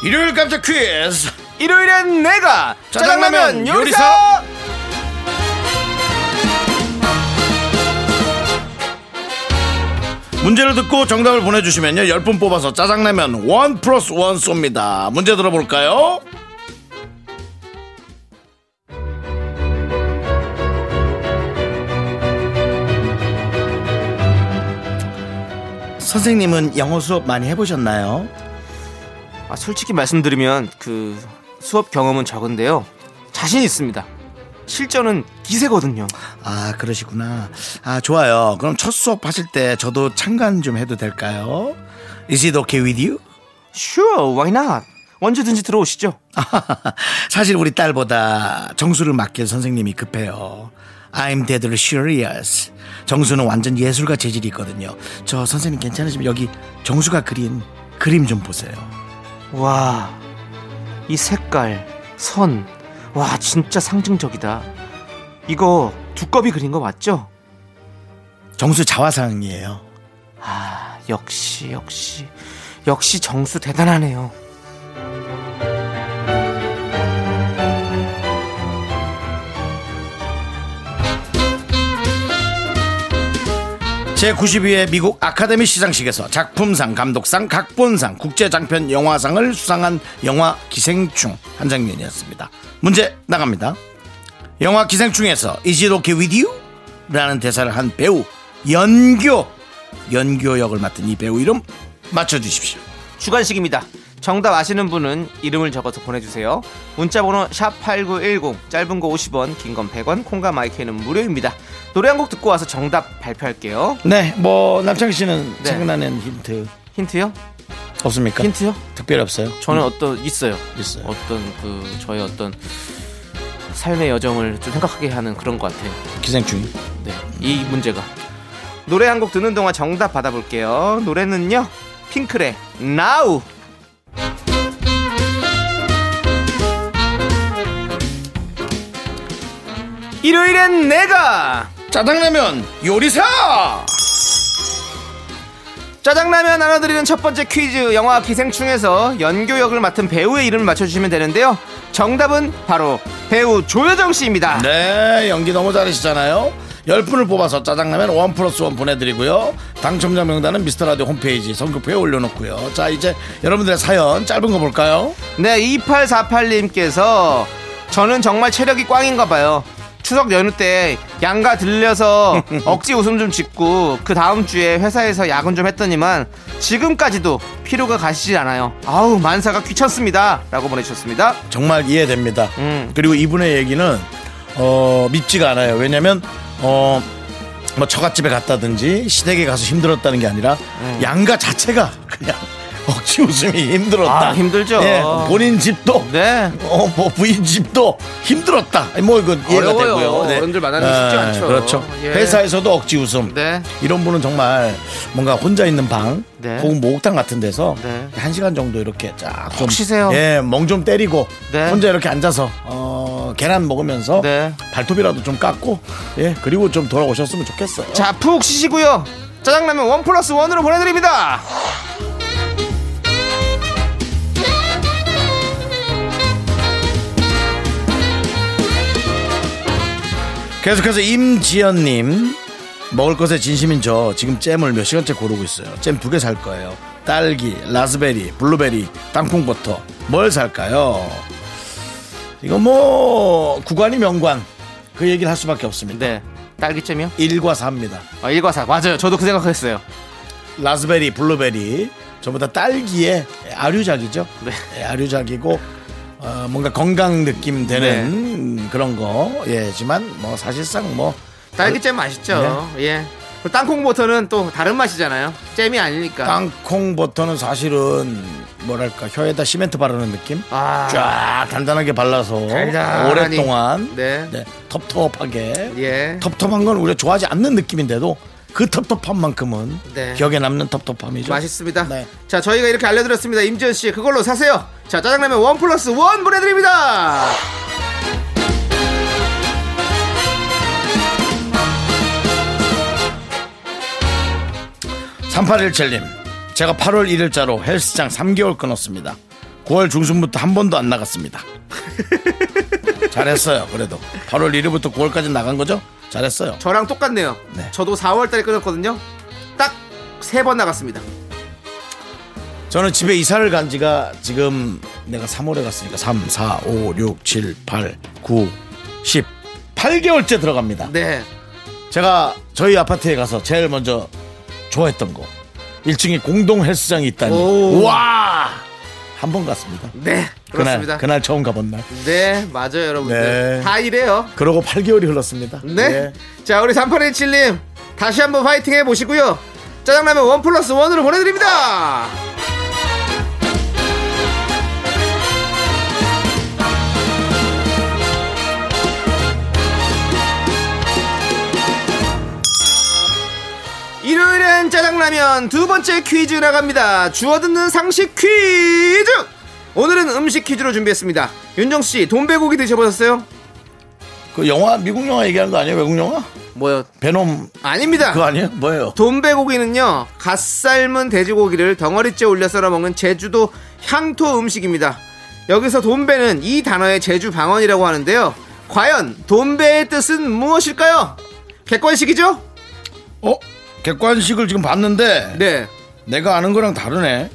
[SPEAKER 1] 일요일 깜짝 퀴즈
[SPEAKER 2] 일요일엔 내가 짜장라면 요리사
[SPEAKER 1] 문제를 듣고 정답을 보내주시면요 10분 뽑아서 짜장라면 원 플러스 원 쏩니다 문제 들어볼까요? 선생님은 영어 수업 많이 해보셨나요?
[SPEAKER 2] 아, 솔직히 말씀드리면 그 수업 경험은 적은데요 자신 있습니다 실전은 기세거든요
[SPEAKER 1] 아 그러시구나 아 좋아요 그럼 첫 수업 하실 때 저도 참관 좀 해도 될까요? Is it okay with you?
[SPEAKER 2] Sure why not 언제든지 들어오시죠
[SPEAKER 1] 사실 우리 딸보다 정수를 맡길 선생님이 급해요. I'm deadly serious. 정수는 완전 예술가 재질이거든요. 저 선생님 괜찮으시면 여기 정수가 그린 그림 좀 보세요.
[SPEAKER 2] 와 이 색깔 선 와 진짜 상징적이다 이거 두꺼비 그린 거 맞죠?
[SPEAKER 1] 정수 자화상이에요.
[SPEAKER 2] 아 역시 역시 역시 정수 대단하네요
[SPEAKER 1] 제92회 미국 아카데미 시상식에서 작품상, 감독상, 각본상, 국제장편 영화상을 수상한 영화 기생충 한 장면이었습니다. 문제 나갑니다. 영화 기생충에서 Is it okay with you? 라는 대사를 한 배우 연교 연교 역을 맡은 이 배우 이름 맞춰주십시오.
[SPEAKER 2] 주관식입니다. 정답 아시는 분은 이름을 적어서 보내주세요. 문자번호 샵8910 짧은 거 50원 긴 건 100원 콩과 마이크는 무료입니다. 노래 한 곡 듣고 와서 정답 발표할게요.
[SPEAKER 1] 네, 뭐 남창희 씨는
[SPEAKER 2] 네.
[SPEAKER 1] 생각나는 힌트
[SPEAKER 2] 힌트요?
[SPEAKER 1] 없습니까?
[SPEAKER 2] 힌트요?
[SPEAKER 1] 특별히 없어요.
[SPEAKER 2] 저는 어떤 있어요.
[SPEAKER 1] 있어요.
[SPEAKER 2] 어떤 그 저의 어떤 삶의 여정을 좀 생각하게 하는 그런 것 같아요.
[SPEAKER 1] 기생충.
[SPEAKER 2] 네, 이 문제가 노래 한 곡 듣는 동안 정답 받아볼게요. 노래는요, 핑클의 Now. 일요일엔 내가
[SPEAKER 1] 짜장라면 요리사.
[SPEAKER 2] 짜장라면 나눠드리는 첫 번째 퀴즈 영화 기생충에서 연교 역을 맡은 배우의 이름을 맞춰주시면 되는데요. 정답은 바로 배우 조여정 씨입니다.
[SPEAKER 1] 네, 연기 너무 잘하시잖아요. 10분을 뽑아서 짜장라면 원 플러스 원 보내드리고요. 당첨자 명단은 미스터라디오 홈페이지 선급표에 올려놓고요. 자, 이제 여러분들의 사연 짧은 거 볼까요?
[SPEAKER 2] 네, 2848님께서 저는 정말 체력이 꽝인가 봐요. 추석 연휴 때 양가 들려서 억지 웃음 좀 짓고 그 다음 주에 회사에서 야근 좀 했더니만 지금까지도 피로가 가시질 않아요. 아우 만사가 귀찮습니다라고 보내주셨습니다.
[SPEAKER 1] 정말 이해됩니다.
[SPEAKER 2] 음.
[SPEAKER 1] 그리고 이분의 얘기는 어, 밉지가 않아요. 왜냐면 어, 뭐 처갓집에 갔다든지 시댁에 가서 힘들었다는 게 아니라
[SPEAKER 2] 음.
[SPEAKER 1] 양가 자체가 그냥 억지 웃음이 힘들었다.
[SPEAKER 2] 아, 힘들죠.
[SPEAKER 1] 예, 본인 집도
[SPEAKER 2] 네,
[SPEAKER 1] 어, 뭐 부인 집도 힘들었다. 뭐 이건 이해가
[SPEAKER 2] 어려워요.
[SPEAKER 1] 되고요. 네.
[SPEAKER 2] 어른들 만나는 게 쉽지 않죠.
[SPEAKER 1] 그렇죠.
[SPEAKER 2] 예.
[SPEAKER 1] 회사에서도 억지 웃음.
[SPEAKER 2] 네.
[SPEAKER 1] 이런 분은 정말 뭔가 혼자 있는 방
[SPEAKER 2] 네.
[SPEAKER 1] 혹은 목욕탕 같은 데서
[SPEAKER 2] 네.
[SPEAKER 1] 한 시간 정도 이렇게 쫙 좀,
[SPEAKER 2] 푹 쉬세요.
[SPEAKER 1] 예, 멍 좀 때리고
[SPEAKER 2] 네.
[SPEAKER 1] 혼자 이렇게 앉아서 어, 계란 먹으면서
[SPEAKER 2] 네.
[SPEAKER 1] 발톱이라도 좀 깎고 예, 그리고 좀 돌아오셨으면 좋겠어요.
[SPEAKER 2] 자 푹 쉬시고요. 짜장라면 원 플러스 원으로 보내드립니다.
[SPEAKER 1] 계속해서 임지연님 먹을 것에 진심인 저 지금 잼을 몇 시간째 고르고 있어요. 잼 두 개 살 거예요. 딸기, 라즈베리, 블루베리, 땅콩버터. 뭘 살까요? 이거 뭐 구관이 명관 그 얘기를 할 수밖에 없습니다.
[SPEAKER 2] 네. 딸기잼이요?
[SPEAKER 1] 1과 4입니다.
[SPEAKER 2] 아, 1과 4. 맞아요. 저도 그 생각했어요.
[SPEAKER 1] 라즈베리, 블루베리 전부 다 딸기의 아류작이죠.
[SPEAKER 2] 네.
[SPEAKER 1] 예, 아류작이고 어, 뭔가 건강 느낌 되는
[SPEAKER 2] 네.
[SPEAKER 1] 그런 거 예지만 뭐 사실상 뭐
[SPEAKER 2] 딸기잼 맛있죠. 예. 그리고 땅콩버터는 또 다른 맛이잖아요. 잼이 아니니까.
[SPEAKER 1] 땅콩 버터는 사실은 뭐랄까 혀에다 시멘트 바르는 느낌
[SPEAKER 2] 아.
[SPEAKER 1] 쫙 단단하게 발라서
[SPEAKER 2] 달달하니.
[SPEAKER 1] 오랫동안
[SPEAKER 2] 네.
[SPEAKER 1] 네, 텁텁하게
[SPEAKER 2] 예.
[SPEAKER 1] 텁텁한 건 우리가 좋아하지 않는 느낌인데도 그 텁텁함만큼은
[SPEAKER 2] 네.
[SPEAKER 1] 기억에 남는 텁텁함이죠.
[SPEAKER 2] 맛있습니다.
[SPEAKER 1] 네.
[SPEAKER 2] 자, 저희가 이렇게 알려드렸습니다. 임지연 씨, 그걸로 사세요. 자, 짜장라면 원 플러스 원 보내드립니다.
[SPEAKER 1] 삼팔일7님 제가 8월 1일자로 헬스장 3개월 끊었습니다. 9월 중순부터 한 번도 안 나갔습니다. 잘했어요. 그래도 8월 1일부터 9월까지 나간 거죠? 잘했어요.
[SPEAKER 2] 저랑 똑같네요.
[SPEAKER 1] 네.
[SPEAKER 2] 저도 4월달에 끊었거든요. 딱 세 번 나갔습니다.
[SPEAKER 1] 저는 집에 이사를 간 지가 지금 내가 3월에 갔으니까 3, 4, 5, 6, 7, 8, 9, 10. 8개월째 들어갑니다.
[SPEAKER 2] 네.
[SPEAKER 1] 제가 저희 아파트에 가서 제일 먼저 좋아했던 거. 1층에 공동 헬스장이 있다니.
[SPEAKER 2] 오.
[SPEAKER 1] 와! 한 번 갔습니다.
[SPEAKER 2] 네. 그렇습니다.
[SPEAKER 1] 그날, 그날 처음 가본 날.
[SPEAKER 2] 네, 맞아요, 여러분들.
[SPEAKER 1] 네.
[SPEAKER 2] 다 이래요.
[SPEAKER 1] 그러고 8개월이 흘렀습니다. 예.
[SPEAKER 2] 네. 자, 우리 3817님, 다시 한번 파이팅 해보시고요. 짜장라면 원 플러스 원으로 보내드립니다. 일요일엔 짜장라면 두 번째 퀴즈 나갑니다. 주워 듣는 상식 퀴즈! 오늘은 음식 퀴즈로 준비했습니다. 윤정씨, 돈배고기 드셔보셨어요?
[SPEAKER 1] 그 영화, 미국 영화 얘기하는 거 아니에요? 외국 영화?
[SPEAKER 2] 뭐요?
[SPEAKER 1] 베놈,
[SPEAKER 2] 아닙니다.
[SPEAKER 1] 그거 아니에요? 뭐예요?
[SPEAKER 2] 돈배고기는요 갓 삶은 돼지고기를 덩어리째 올려 썰어 먹는 제주도 향토 음식입니다. 여기서 돈배는 이 단어의 제주 방언이라고 하는데요. 과연 돈배의 뜻은 무엇일까요? 객관식이죠?
[SPEAKER 1] 어? 객관식을 지금 봤는데
[SPEAKER 2] 네,
[SPEAKER 1] 내가 아는 거랑 다르네.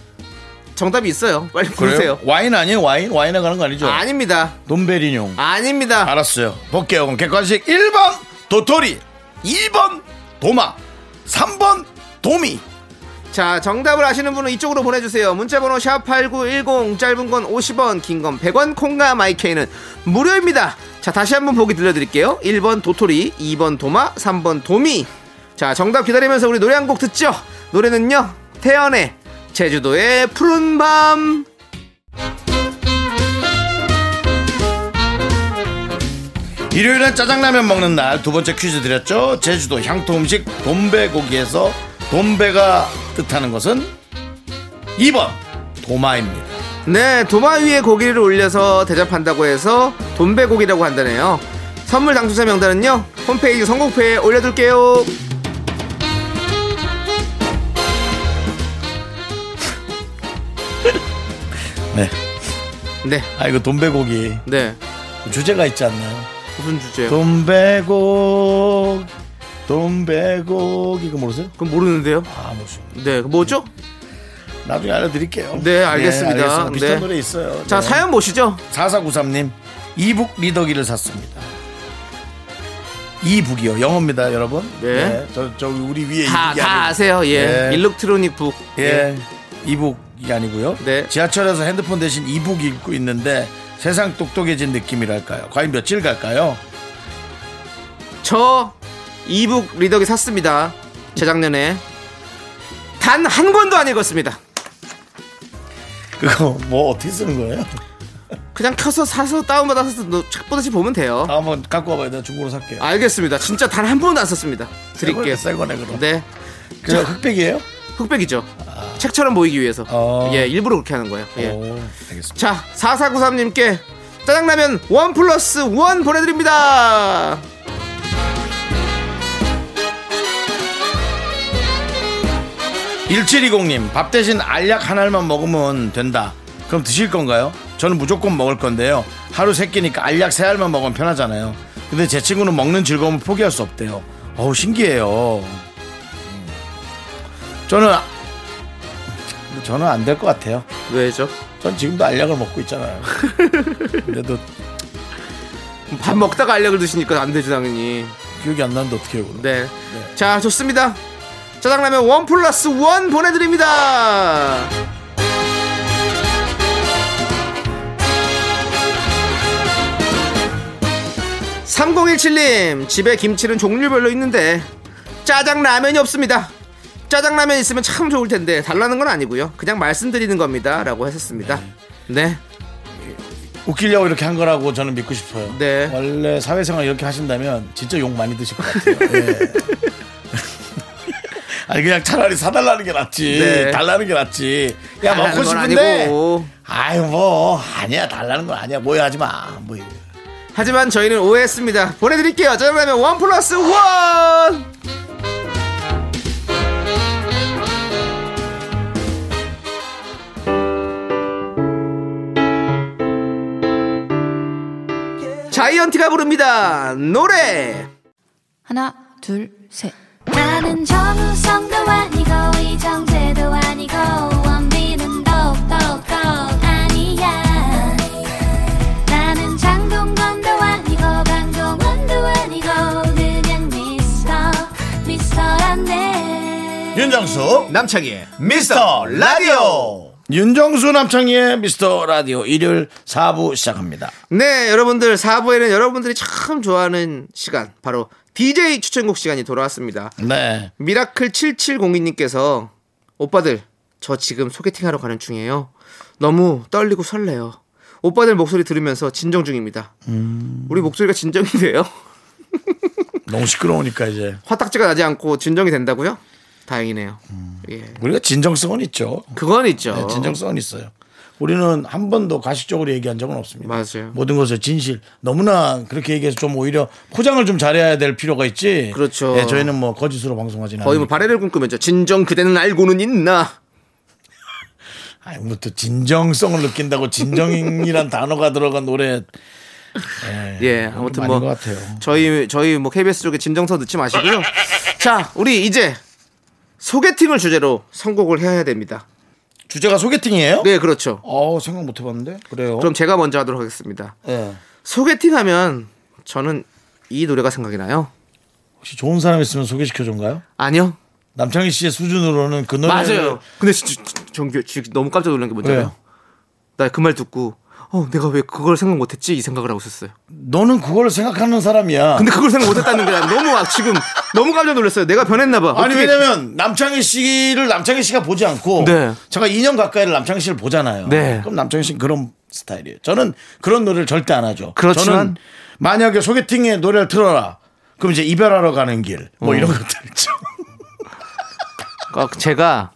[SPEAKER 2] 정답이 있어요. 빨리 보세요.
[SPEAKER 1] 와인 아니에요? 와인? 와인에 가는 거 아니죠?
[SPEAKER 2] 아닙니다.
[SPEAKER 1] 논베리뇽.
[SPEAKER 2] 아닙니다.
[SPEAKER 1] 알았어요. 볼게요. 그럼 객관식 1번 도토리, 2번 도마, 3번 도미.
[SPEAKER 2] 자, 정답을 아시는 분은 이쪽으로 보내주세요. 문자번호 샵8910, 짧은 건 50원, 긴 건 100원, 콩과 마이케이는 무료입니다. 자, 다시 한번 보기 들려드릴게요. 1번 도토리, 2번 도마, 3번 도미. 자, 정답 기다리면서 우리 노래 한 곡 듣죠? 노래는요, 태연의 제주도의 푸른 밤.
[SPEAKER 1] 일요일엔 짜장라면 먹는 날 두 번째 퀴즈 드렸죠. 제주도 향토 음식 돈베고기에서 돈베가 뜻하는 것은 2번 도마입니다.
[SPEAKER 2] 네, 도마 위에 고기를 올려서 대접한다고 해서 돈배고기라고 한다네요. 선물 당첨자 명단은요, 홈페이지 선곡표에 올려둘게요.
[SPEAKER 1] 네.
[SPEAKER 2] 네,
[SPEAKER 1] 아 이거 돈베고기
[SPEAKER 2] 네.
[SPEAKER 1] 주제가 있지 않나요?
[SPEAKER 2] 무슨 주제요?
[SPEAKER 1] 돈베고 돈베고기 이거 모르세요?
[SPEAKER 2] 그건 모르는데요.
[SPEAKER 1] 아 모르세요.
[SPEAKER 2] 네, 그 뭐죠?
[SPEAKER 1] 나중에 알려드릴게요.
[SPEAKER 2] 네, 알겠습니다.
[SPEAKER 1] 비슷한
[SPEAKER 2] 네.
[SPEAKER 1] 노래 있어요.
[SPEAKER 2] 자,
[SPEAKER 1] 네.
[SPEAKER 2] 사연 보시죠.
[SPEAKER 1] 4493님 이북 리더기를 샀습니다. 이북이요. 영어입니다, 여러분. 예,
[SPEAKER 2] 네.
[SPEAKER 1] 저, 저 우리 위에
[SPEAKER 2] 다,
[SPEAKER 1] 이북이
[SPEAKER 2] 다
[SPEAKER 1] 아니고.
[SPEAKER 2] 아세요. 예.
[SPEAKER 1] 예.
[SPEAKER 2] 일렉트로닉 북.
[SPEAKER 1] 예. 이북이 아니고요.
[SPEAKER 2] 네.
[SPEAKER 1] 지하철에서 핸드폰 대신 이북 읽고 있는데 세상 똑똑해진 느낌이랄까요. 과연 며칠 갈까요?
[SPEAKER 2] 저 이북 리더기 샀습니다. 재작년에. 단 한 권도 안 읽었습니다.
[SPEAKER 1] 그거 뭐 어떻게 쓰는 거예요?
[SPEAKER 2] 그냥 켜서 사서 다운받아서 노- 책 보듯이 보면 돼요.
[SPEAKER 1] 아, 한번 갖고 와봐요. 내가 중고로 살게요.
[SPEAKER 2] 알겠습니다. 진짜 단 한 번도 안 썼습니다. 아, 드릴게요.
[SPEAKER 1] 새 거네, 그럼.
[SPEAKER 2] 네.
[SPEAKER 1] 그 흑백이에요?
[SPEAKER 2] 흑백이죠. 책처럼 보이기 위해서.
[SPEAKER 1] 어.
[SPEAKER 2] 예, 일부러 그렇게 하는 거예요. 예.
[SPEAKER 1] 오, 알겠습니다.
[SPEAKER 2] 자, 4493님께 짜장라면 원 플러스 원 보내드립니다.
[SPEAKER 1] 일7 2 0님밥 대신 알약 하나만 먹으면 된다. 그럼 드실 건가요? 저는 무조건 먹을 건데요. 하루 세 끼니까 알약 세 알만 먹으면 편하잖아요. 근데 제 친구는 먹는 즐거움을 포기할 수 없대요. 어우 신기해요. 음. 저는 아- 저는 안 될 것 같아요.
[SPEAKER 2] 왜죠?
[SPEAKER 1] 전 지금도 알약을 먹고 있잖아요. 근데도
[SPEAKER 2] 밥 먹다가 알약을 드시니까 안 되죠 당연히.
[SPEAKER 1] 기억이 안 나는데 어떻게 해요? 그럼?
[SPEAKER 2] 네. 자 좋습니다. 짜장라면 원 플러스 원 보내드립니다. (3017님) 집에 김치는 종류별로 있는데 짜장라면이 없습니다 짜장라면 있으면 참 좋을 텐데 달라는 건 아니고요 그냥 말씀드리는 겁니다 라고 했었습니다 네
[SPEAKER 1] 웃기려고 이렇게 한 거라고 저는 믿고 싶어요.
[SPEAKER 2] 네.
[SPEAKER 1] 원래 사회생활 이렇게 하신다면 진짜 욕 많이 드실 것 같아요. 예. 아니 그냥 차라리 사달라는 게 낫지.
[SPEAKER 2] 네.
[SPEAKER 1] 달라는 게 낫지. 야
[SPEAKER 2] 달라는
[SPEAKER 1] 먹고
[SPEAKER 2] 건
[SPEAKER 1] 싶은데.
[SPEAKER 2] 아니고.
[SPEAKER 1] 아유 뭐 아니야 달라는 건 아니야 뭐야 하지 마. 뭐 이래.
[SPEAKER 2] 하지만 저희는 오해했습니다. 보내드릴게요. 짜장라면 원 플러스 원. 자이언티가 부릅니다. 노래.
[SPEAKER 8] 하나, 둘, 셋.
[SPEAKER 5] 나는 정우성도 아니고 이정재도 아니고 원빈은 더욱더 아니야 나는 장동건도 아니고 강동원도 아니고 그냥 미스터 미스터란데
[SPEAKER 1] 윤정수
[SPEAKER 2] 남창희의
[SPEAKER 1] 미스터 라디오. 윤정수 남창희의 미스터 라디오 일요일 4부 시작합니다.
[SPEAKER 2] 네, 여러분들 4부에는 여러분들이 참 좋아하는 시간 바로 DJ 추천곡 시간이 돌아왔습니다.
[SPEAKER 1] 네.
[SPEAKER 2] 미라클 7702님께서 오빠들 저 지금 소개팅하러 가는 중이에요. 너무 떨리고 설레요. 오빠들 목소리 들으면서 진정 중입니다.
[SPEAKER 1] 음.
[SPEAKER 2] 우리 목소리가 진정이 돼요?
[SPEAKER 1] 너무 시끄러우니까 이제
[SPEAKER 2] 화딱지가 나지 않고 진정이 된다고요? 다행이네요. 예.
[SPEAKER 1] 우리가 진정성은 있죠.
[SPEAKER 2] 그건 있죠.
[SPEAKER 1] 음. 네, 진정성은 있어요. 우리는 한 번도 가식적으로 얘기한 적은 없습니다.
[SPEAKER 2] 맞아요.
[SPEAKER 1] 모든 것을 진실. 너무나 그렇게 얘기해서 좀 오히려 포장을 좀 잘해야 될 필요가 있지.
[SPEAKER 2] 그렇죠.
[SPEAKER 1] 예, 저희는 뭐 거짓으로 방송하지는
[SPEAKER 2] 거의 뭐 바래를 꿈꾸면서 진정 그대는 알고는 있나?
[SPEAKER 1] 아니, 뭐또 진정성을 느낀다고 진정이란 단어가 들어간 노래. 네,
[SPEAKER 2] 예, 아무튼
[SPEAKER 1] 아닌
[SPEAKER 2] 뭐
[SPEAKER 1] 것 같아요.
[SPEAKER 2] 저희 저희 뭐 KBS 쪽에 진정서 넣지 마시고요. 자, 우리 이제 소개팅을 주제로 선곡을 해야 됩니다.
[SPEAKER 1] 주제가 소개팅이에요?
[SPEAKER 2] 네, 그렇죠.
[SPEAKER 1] 어, 생각 못 해봤는데. 그래요.
[SPEAKER 2] 그럼 제가 먼저 하도록 하겠습니다.
[SPEAKER 1] 예.
[SPEAKER 2] 소개팅하면 저는 이 노래가 생각이 나요.
[SPEAKER 1] 혹시 좋은 사람 있으면 소개시켜 준가요?
[SPEAKER 2] 아니요.
[SPEAKER 1] 남창희 씨의 수준으로는 그 노래.
[SPEAKER 2] 맞아요. 근데 진짜 정규 지금 너무 깜짝 놀란 게 뭔지
[SPEAKER 1] 왜요?
[SPEAKER 2] 알아요? 나 그 말 듣고 어 내가 왜 그걸 생각 못했지 이 생각을 하고 있었어요.
[SPEAKER 1] 너는 그걸 생각하는 사람이야.
[SPEAKER 2] 근데 그걸 생각 못했다는 게 너무 아, 지금 너무 깜짝 놀랐어요. 내가 변했나 봐.
[SPEAKER 1] 아니
[SPEAKER 2] 어떻게-
[SPEAKER 1] 왜냐면 남창희 씨를 남창희 씨가 보지 않고
[SPEAKER 2] 네.
[SPEAKER 1] 제가 2년 가까이를 남창희 씨를 보잖아요.
[SPEAKER 2] 네.
[SPEAKER 1] 그럼 남창희 씨는 그런 스타일이에요. 저는 그런 노래를 절대 안 하죠.
[SPEAKER 2] 그렇지만-
[SPEAKER 1] 저는 만약에 소개팅에 노래를 틀어라. 그럼 이제 이별하러 가는 길 뭐
[SPEAKER 2] 음.
[SPEAKER 1] 이런 것들 있죠.
[SPEAKER 2] 아, 제가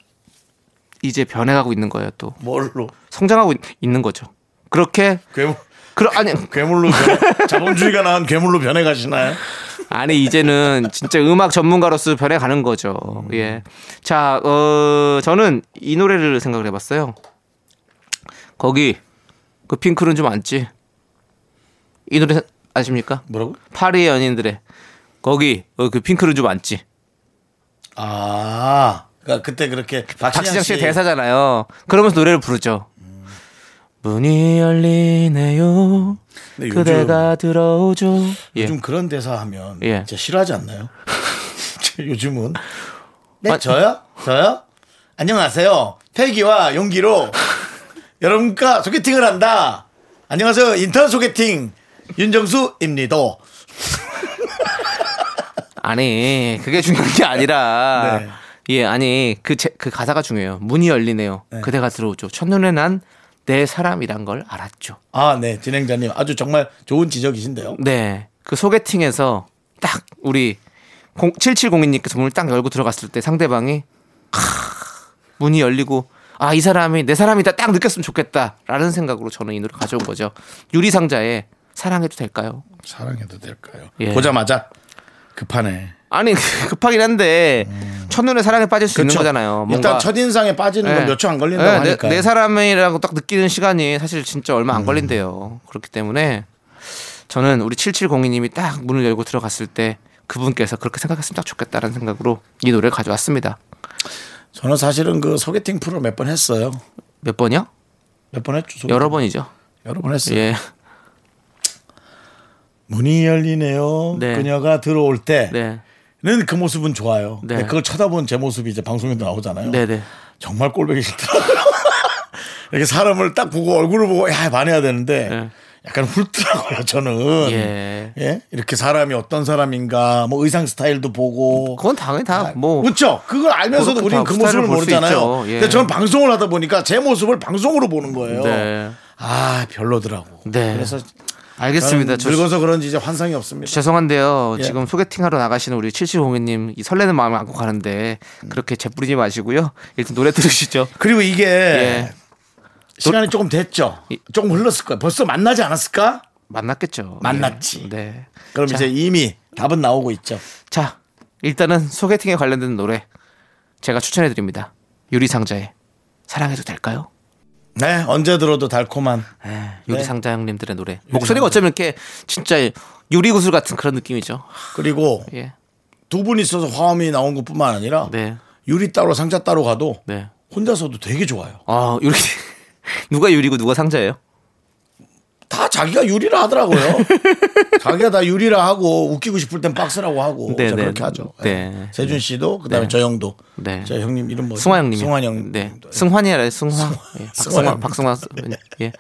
[SPEAKER 2] 이제 변해가고 있는 거예요. 또
[SPEAKER 1] 뭘로
[SPEAKER 2] 성장하고 있- 있는 거죠. 그렇게
[SPEAKER 1] 괴물
[SPEAKER 2] 그러 아니
[SPEAKER 1] 괴물로 변- 자본주의가 나온 괴물로 변해가시나요?
[SPEAKER 2] 아니 이제는 진짜 음악 전문가로서 변해가는 거죠. 예. 자, 어 저는 이 노래를 생각을 해봤어요. 거기 그 핑크는 좀 안지. 이 노래 아십니까?
[SPEAKER 1] 뭐라고?
[SPEAKER 2] 파리의 연인들의 거기 어, 그 핑크는 좀 안지.
[SPEAKER 1] 아 그러니까 그때 그렇게
[SPEAKER 2] 박시장
[SPEAKER 1] 박시장
[SPEAKER 2] 씨의 음.
[SPEAKER 1] 씨
[SPEAKER 2] 대사잖아요. 그러면서 노래를 부르죠. 문이 열리네요.
[SPEAKER 1] 근데
[SPEAKER 2] 그대가 들어오죠. 예.
[SPEAKER 1] 요즘 그런 대사 하면
[SPEAKER 2] 예.
[SPEAKER 1] 진짜 싫어하지 않나요? 진짜 요즘은 네
[SPEAKER 2] 아,
[SPEAKER 1] 저요? 저요? 안녕하세요. 패기와 용기로 여러분과 소개팅을 한다. 안녕하세요. 인턴 소개팅 윤정수입니다.
[SPEAKER 2] 아니 그게 중요한 게 아니라
[SPEAKER 1] 네.
[SPEAKER 2] 예 아니 그 제 그 가사가 중요해요 문이 열리네요 그대가 들어오죠 첫눈에 난 내 사람이란 걸 알았죠
[SPEAKER 1] 아, 네. 진행자님 아주 정말 좋은 지적이신데요.
[SPEAKER 2] 네 그 소개팅에서 딱 우리 7702님께서 문을 딱 열고 들어갔을 때 상대방이 캬, 문이 열리고 아 이 사람이 내 사람이다 딱 느꼈으면 좋겠다라는 생각으로 저는 이 노래 가져온 거죠 유리상자에 사랑해도 될까요
[SPEAKER 1] 사랑해도 될까요?
[SPEAKER 2] 예.
[SPEAKER 1] 보자마자 급하네.
[SPEAKER 2] 아니 급하긴 한데 첫눈에 사랑에 빠질 수
[SPEAKER 1] 음.
[SPEAKER 2] 있는
[SPEAKER 1] 그쵸?
[SPEAKER 2] 거잖아요 뭔가-
[SPEAKER 1] 그렇죠. 일단 첫인상에 빠지는 건 몇 초 안 걸린다고
[SPEAKER 2] 네, 내-
[SPEAKER 1] 하니까. 음.
[SPEAKER 2] 내, 사람이라고 딱 느끼는 시간이 사실 진짜 얼마 안 걸린대요. 그렇기 때문에 저는 우리 7702님이 딱 문을 열고 들어갔을 때 그분께서 그렇게 생각했으면 딱 좋겠다라는 생각으로 이 노래를 가져왔습니다.
[SPEAKER 1] 저는 사실은 그 소개팅 프로 몇 번 했어요.
[SPEAKER 2] 몇 번이요?
[SPEAKER 1] 몇 번 했죠? 소개팅?
[SPEAKER 2] 여러 번이죠.
[SPEAKER 1] 여러 번 했어요.
[SPEAKER 2] 예.
[SPEAKER 1] 문이 열리네요.
[SPEAKER 2] 네.
[SPEAKER 1] 그녀가 들어올 때는
[SPEAKER 2] 네.
[SPEAKER 1] 그 모습은 좋아요.
[SPEAKER 2] 네.
[SPEAKER 1] 근데 그걸 쳐다본 제 모습이 이제 방송에도 나오잖아요.
[SPEAKER 2] 네, 네.
[SPEAKER 1] 정말 꼴보기 싫더라고요. 이렇게 사람을 딱 보고 얼굴을 보고 야 반해야 되는데
[SPEAKER 2] 네.
[SPEAKER 1] 약간 훑더라고요 저는.
[SPEAKER 2] 예.
[SPEAKER 1] 예? 이렇게 사람이 어떤 사람인가 뭐 의상 스타일도 보고
[SPEAKER 2] 그건 당연히
[SPEAKER 1] 아,
[SPEAKER 2] 다뭐
[SPEAKER 1] 그렇죠. 그걸 알면서도
[SPEAKER 2] 그렇고
[SPEAKER 1] 우리는
[SPEAKER 2] 다
[SPEAKER 1] 그
[SPEAKER 2] 스타일을
[SPEAKER 1] 모습을
[SPEAKER 2] 볼수
[SPEAKER 1] 모르잖아요.
[SPEAKER 2] 있죠. 예.
[SPEAKER 1] 근데 저는 방송을 하다 보니까 제 모습을 방송으로 보는 거예요.
[SPEAKER 2] 네.
[SPEAKER 1] 아 별로더라고.
[SPEAKER 2] 네.
[SPEAKER 1] 그래서 저는
[SPEAKER 2] 알겠습니다. 저
[SPEAKER 1] 늙어서 그런지 이제 환상이 없습니다.
[SPEAKER 2] 죄송한데요.
[SPEAKER 1] 예.
[SPEAKER 2] 지금 소개팅하러 나가시는 우리 7705님 이 설레는 마음을 안고 가는데
[SPEAKER 1] 음.
[SPEAKER 2] 그렇게 재뿌리지 마시고요. 일단 노래 들으시죠.
[SPEAKER 1] 그리고 이게
[SPEAKER 2] 예.
[SPEAKER 1] 시간이 조금 됐죠.
[SPEAKER 2] 이-
[SPEAKER 1] 조금 흘렀을 거예요. 벌써 만나지 않았을까?
[SPEAKER 2] 만났겠죠.
[SPEAKER 1] 만났지.
[SPEAKER 2] 예. 네.
[SPEAKER 1] 그럼
[SPEAKER 2] 자,
[SPEAKER 1] 이제 이미 답은 나오고 있죠.
[SPEAKER 2] 자 일단은 소개팅에 관련된 노래 제가 추천해 드립니다. 유리상자의 사랑해도 될까요?
[SPEAKER 1] 네, 언제 들어도 달콤한.
[SPEAKER 2] 예, 유리상자 형님들의 노래 목소리가 어쩌면 이렇게 진짜 유리구슬 같은 그런 느낌이죠.
[SPEAKER 1] 그리고
[SPEAKER 2] 예.
[SPEAKER 1] 두 분 있어서 화음이 나온 것뿐만 아니라
[SPEAKER 2] 네.
[SPEAKER 1] 유리 따로 상자 따로 가도
[SPEAKER 2] 네.
[SPEAKER 1] 혼자서도 되게 좋아요.
[SPEAKER 2] 아 유리 누가 유리고 누가 상자예요?
[SPEAKER 1] 다 자기가 유리라 하더라고요. 자기가 다 유리라 하고 웃기고 싶을 땐 박스라고 하고
[SPEAKER 2] 네,
[SPEAKER 1] 저
[SPEAKER 2] 네.
[SPEAKER 1] 그렇게 하죠.
[SPEAKER 2] 네.
[SPEAKER 1] 네. 세준 씨도 그다음에 저 형도.
[SPEAKER 2] 네.
[SPEAKER 1] 저 형님 이름 뭐죠?
[SPEAKER 2] 승화 형님.
[SPEAKER 1] 승환 형.
[SPEAKER 2] 네. 승환이라 승화. 예. 박승화. 박승화. 예.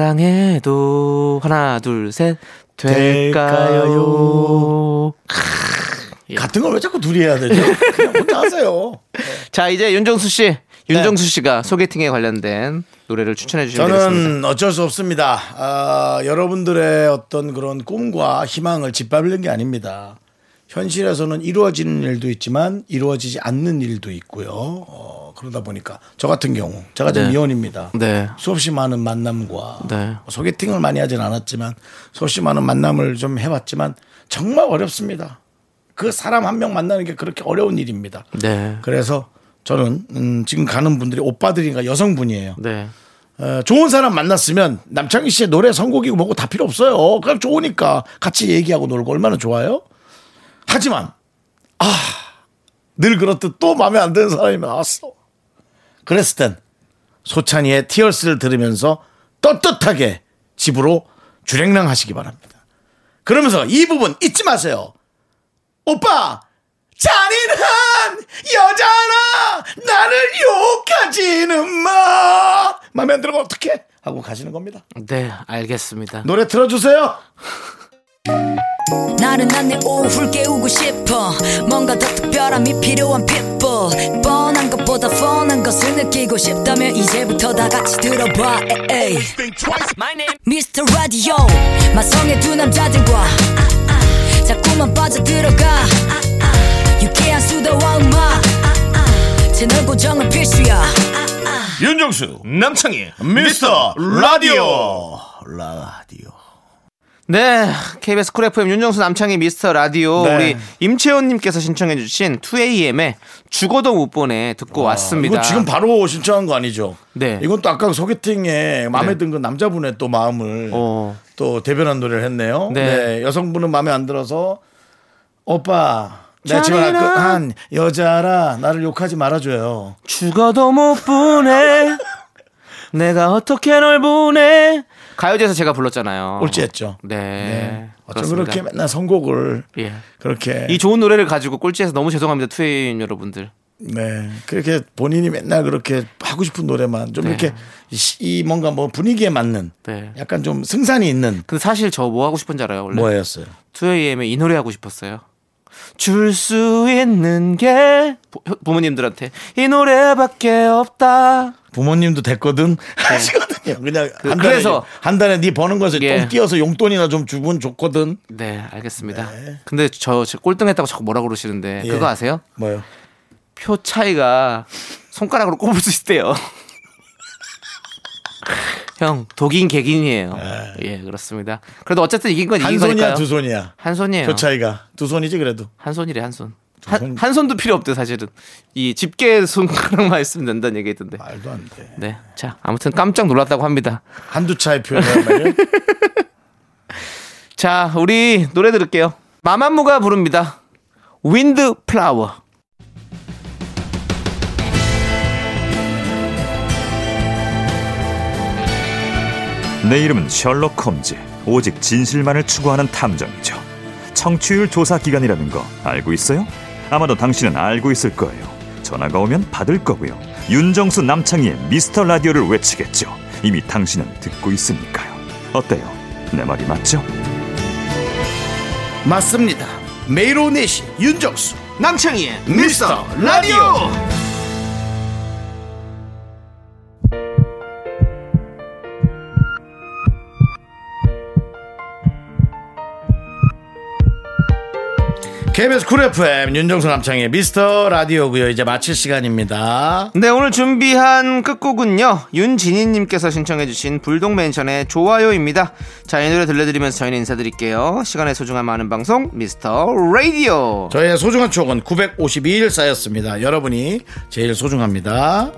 [SPEAKER 2] 사랑해도 하나 둘 셋 될까요?
[SPEAKER 1] 같은 걸 왜 자꾸 둘이 해야 되죠? 그냥 혼자 하세요.
[SPEAKER 2] 자 이제 윤정수 씨.
[SPEAKER 1] 네.
[SPEAKER 2] 윤정수 씨가 소개팅에 관련된 노래를 추천해 주시면 되겠습니다.
[SPEAKER 1] 저는 어쩔 수 없습니다. 아, 여러분들의 어떤 그런 꿈과 희망을 짓밟는 게 아닙니다. 현실에서는 이루어지는 일도 있지만 이루어지지 않는 일도 있고요. 어, 그러다 보니까 저 같은 경우 제가 지금
[SPEAKER 2] 네.
[SPEAKER 1] 미혼입니다.
[SPEAKER 2] 네.
[SPEAKER 1] 수없이 많은 만남과
[SPEAKER 2] 네.
[SPEAKER 1] 소개팅을 많이 하진 않았지만 수없이 많은 만남을 좀 해봤지만 정말 어렵습니다. 그 사람 한 명 만나는 게 그렇게 어려운 일입니다.
[SPEAKER 2] 네.
[SPEAKER 1] 그래서 저는 음, 지금 가는 분들이 오빠들인가 여성분이에요.
[SPEAKER 2] 네.
[SPEAKER 1] 어, 좋은 사람 만났으면 남창희 씨의 노래 선곡이고 뭐고 다 필요 없어요. 그냥 좋으니까 같이 얘기하고 놀고 얼마나 좋아요. 하지만 아, 늘 그렇듯 또 마음에 안 드는 사람이 나왔어. 그랬을 땐 소찬이의 티얼스를 들으면서 떳떳하게 집으로 주랭랑 하시기 바랍니다. 그러면서 이 부분 잊지 마세요. 오빠 잔인한 여자나 나를 욕하지는 마 맘에 안 들어 어떡해 하고 가시는 겁니다
[SPEAKER 2] 네, 알겠습니다.
[SPEAKER 1] 노래 틀어주세요
[SPEAKER 9] 나른한 내 오후를 깨우고 싶어 뭔가 더 특별함이 필요한 people 뻔한 것보다 뻔한 것을 느끼고 싶다면 이제부터 다 같이 들어봐 에이. Mr. Radio 마성의 두 남자들과 자꾸만 빠져들어가 유쾌한 수다와 음악 채널 고정은 필수야
[SPEAKER 1] 윤정수 남창희 미스터 라디오 라디오
[SPEAKER 2] 네, KBS 쿨 FM 윤정수 남창희 미스터 라디오
[SPEAKER 1] 네.
[SPEAKER 2] 우리 임채원님께서 신청해주신 2AM의 죽어도 못 보내 듣고 왔습니다.
[SPEAKER 1] 아, 이거 지금 바로 신청한 거 아니죠?
[SPEAKER 2] 네.
[SPEAKER 1] 이건 또 아까 소개팅에 마음에
[SPEAKER 2] 네.
[SPEAKER 1] 든 그 남자분의 또 마음을
[SPEAKER 2] 어.
[SPEAKER 1] 또 대변한 노래를 했네요. 네.
[SPEAKER 2] 네.
[SPEAKER 1] 여성분은 마음에 안 들어서 오빠 내
[SPEAKER 2] 자네는-
[SPEAKER 1] 집을 한 여자라 나를 욕하지 말아줘요.
[SPEAKER 2] 죽어도 못 보내. 내가 어떻게 널 보내? 가요제에서 제가 불렀잖아요.
[SPEAKER 1] 꼴찌했죠.
[SPEAKER 2] 네.
[SPEAKER 1] 어쩜
[SPEAKER 2] 그렇습니다.
[SPEAKER 1] 그렇게 네. 맨날 선곡을
[SPEAKER 2] 예.
[SPEAKER 1] 그렇게
[SPEAKER 2] 이 좋은 노래를 가지고 꼴찌해서 너무 죄송합니다. 투에인 여러분들.
[SPEAKER 1] 네 그렇게 본인이 맨날 그렇게 하고 싶은 노래만 좀
[SPEAKER 2] 네.
[SPEAKER 1] 이렇게 이 시- 이 뭔가 뭐 분위기에 맞는
[SPEAKER 2] 네.
[SPEAKER 1] 약간 좀 승산이 있는
[SPEAKER 2] 근데 사실 저 뭐 하고 싶은지 알아요? 원래
[SPEAKER 1] 뭐였어요.
[SPEAKER 2] 2AM의 이 노래 하고 싶었어요. 줄 수 있는 게 부- 부모님들한테 이 노래밖에 없다.
[SPEAKER 1] 부모님도 됐거든 하시거든요. 그냥 한 달에
[SPEAKER 2] 네. 그래서-
[SPEAKER 1] 한 달에 네 버는 것에
[SPEAKER 2] 예.
[SPEAKER 1] 좀 띄어서 용돈이나 좀 주면 좋거든.
[SPEAKER 2] 네, 알겠습니다. 근데 저 지금 꼴등했다고 자꾸 뭐라 그러시는데
[SPEAKER 1] 예.
[SPEAKER 2] 그거 아세요?
[SPEAKER 1] 뭐요?
[SPEAKER 2] 표 차이가 손가락으로 꼽을 수 있대요. 형 독인 개긴이에요. 예 그렇습니다. 그래도 어쨌든 이긴 건
[SPEAKER 1] 네. 한
[SPEAKER 2] 이긴
[SPEAKER 1] 손이야
[SPEAKER 2] 거니까요. 예.
[SPEAKER 1] 두 손이야.
[SPEAKER 2] 한 손이에요.
[SPEAKER 1] 표 차이가 두 손이지 그래도.
[SPEAKER 2] 한 손이래 한 손.
[SPEAKER 1] 두 손.
[SPEAKER 2] 한, 한 손도 필요 없대 사실은. 이 집게 손가락만 있으면 된다는 얘기했던데.
[SPEAKER 1] 말도 안 돼.
[SPEAKER 2] 네. 자 아무튼 깜짝 놀랐다고 합니다.
[SPEAKER 1] 한두 차의 표현이란 말이에요.
[SPEAKER 2] 자 우리 노래 들을게요. 마만무가 부릅니다. 윈드 플라워.
[SPEAKER 3] 내 이름은 셜록 홈즈. 오직 진실만을 추구하는 탐정이죠. 청취율 조사 기간이라는 거 알고 있어요? 아마도 당신은 알고 있을 거예요. 전화가 오면 받을 거고요. 윤정수 남창희의 미스터 라디오를 외치겠죠. 이미 당신은 듣고 있으니까요. 어때요? 내 말이 맞죠?
[SPEAKER 1] 맞습니다. 매일 오후 4시 윤정수 남창희의 미스터 라디오 KBS 쿨 FM 윤정수 남창희의 미스터 라디오고요. 이제 마칠 시간입니다.
[SPEAKER 2] 네, 오늘 준비한 끝곡은요. 윤진희님께서 신청해주신 불독맨션의 좋아요입니다. 자, 이 노래 들려드리면서 저희는 인사드릴게요. 시간의 소중함 많은 방송, 미스터 라디오.
[SPEAKER 1] 저의 소중한 추억은 952일 쌓였습니다. 여러분이 제일 소중합니다.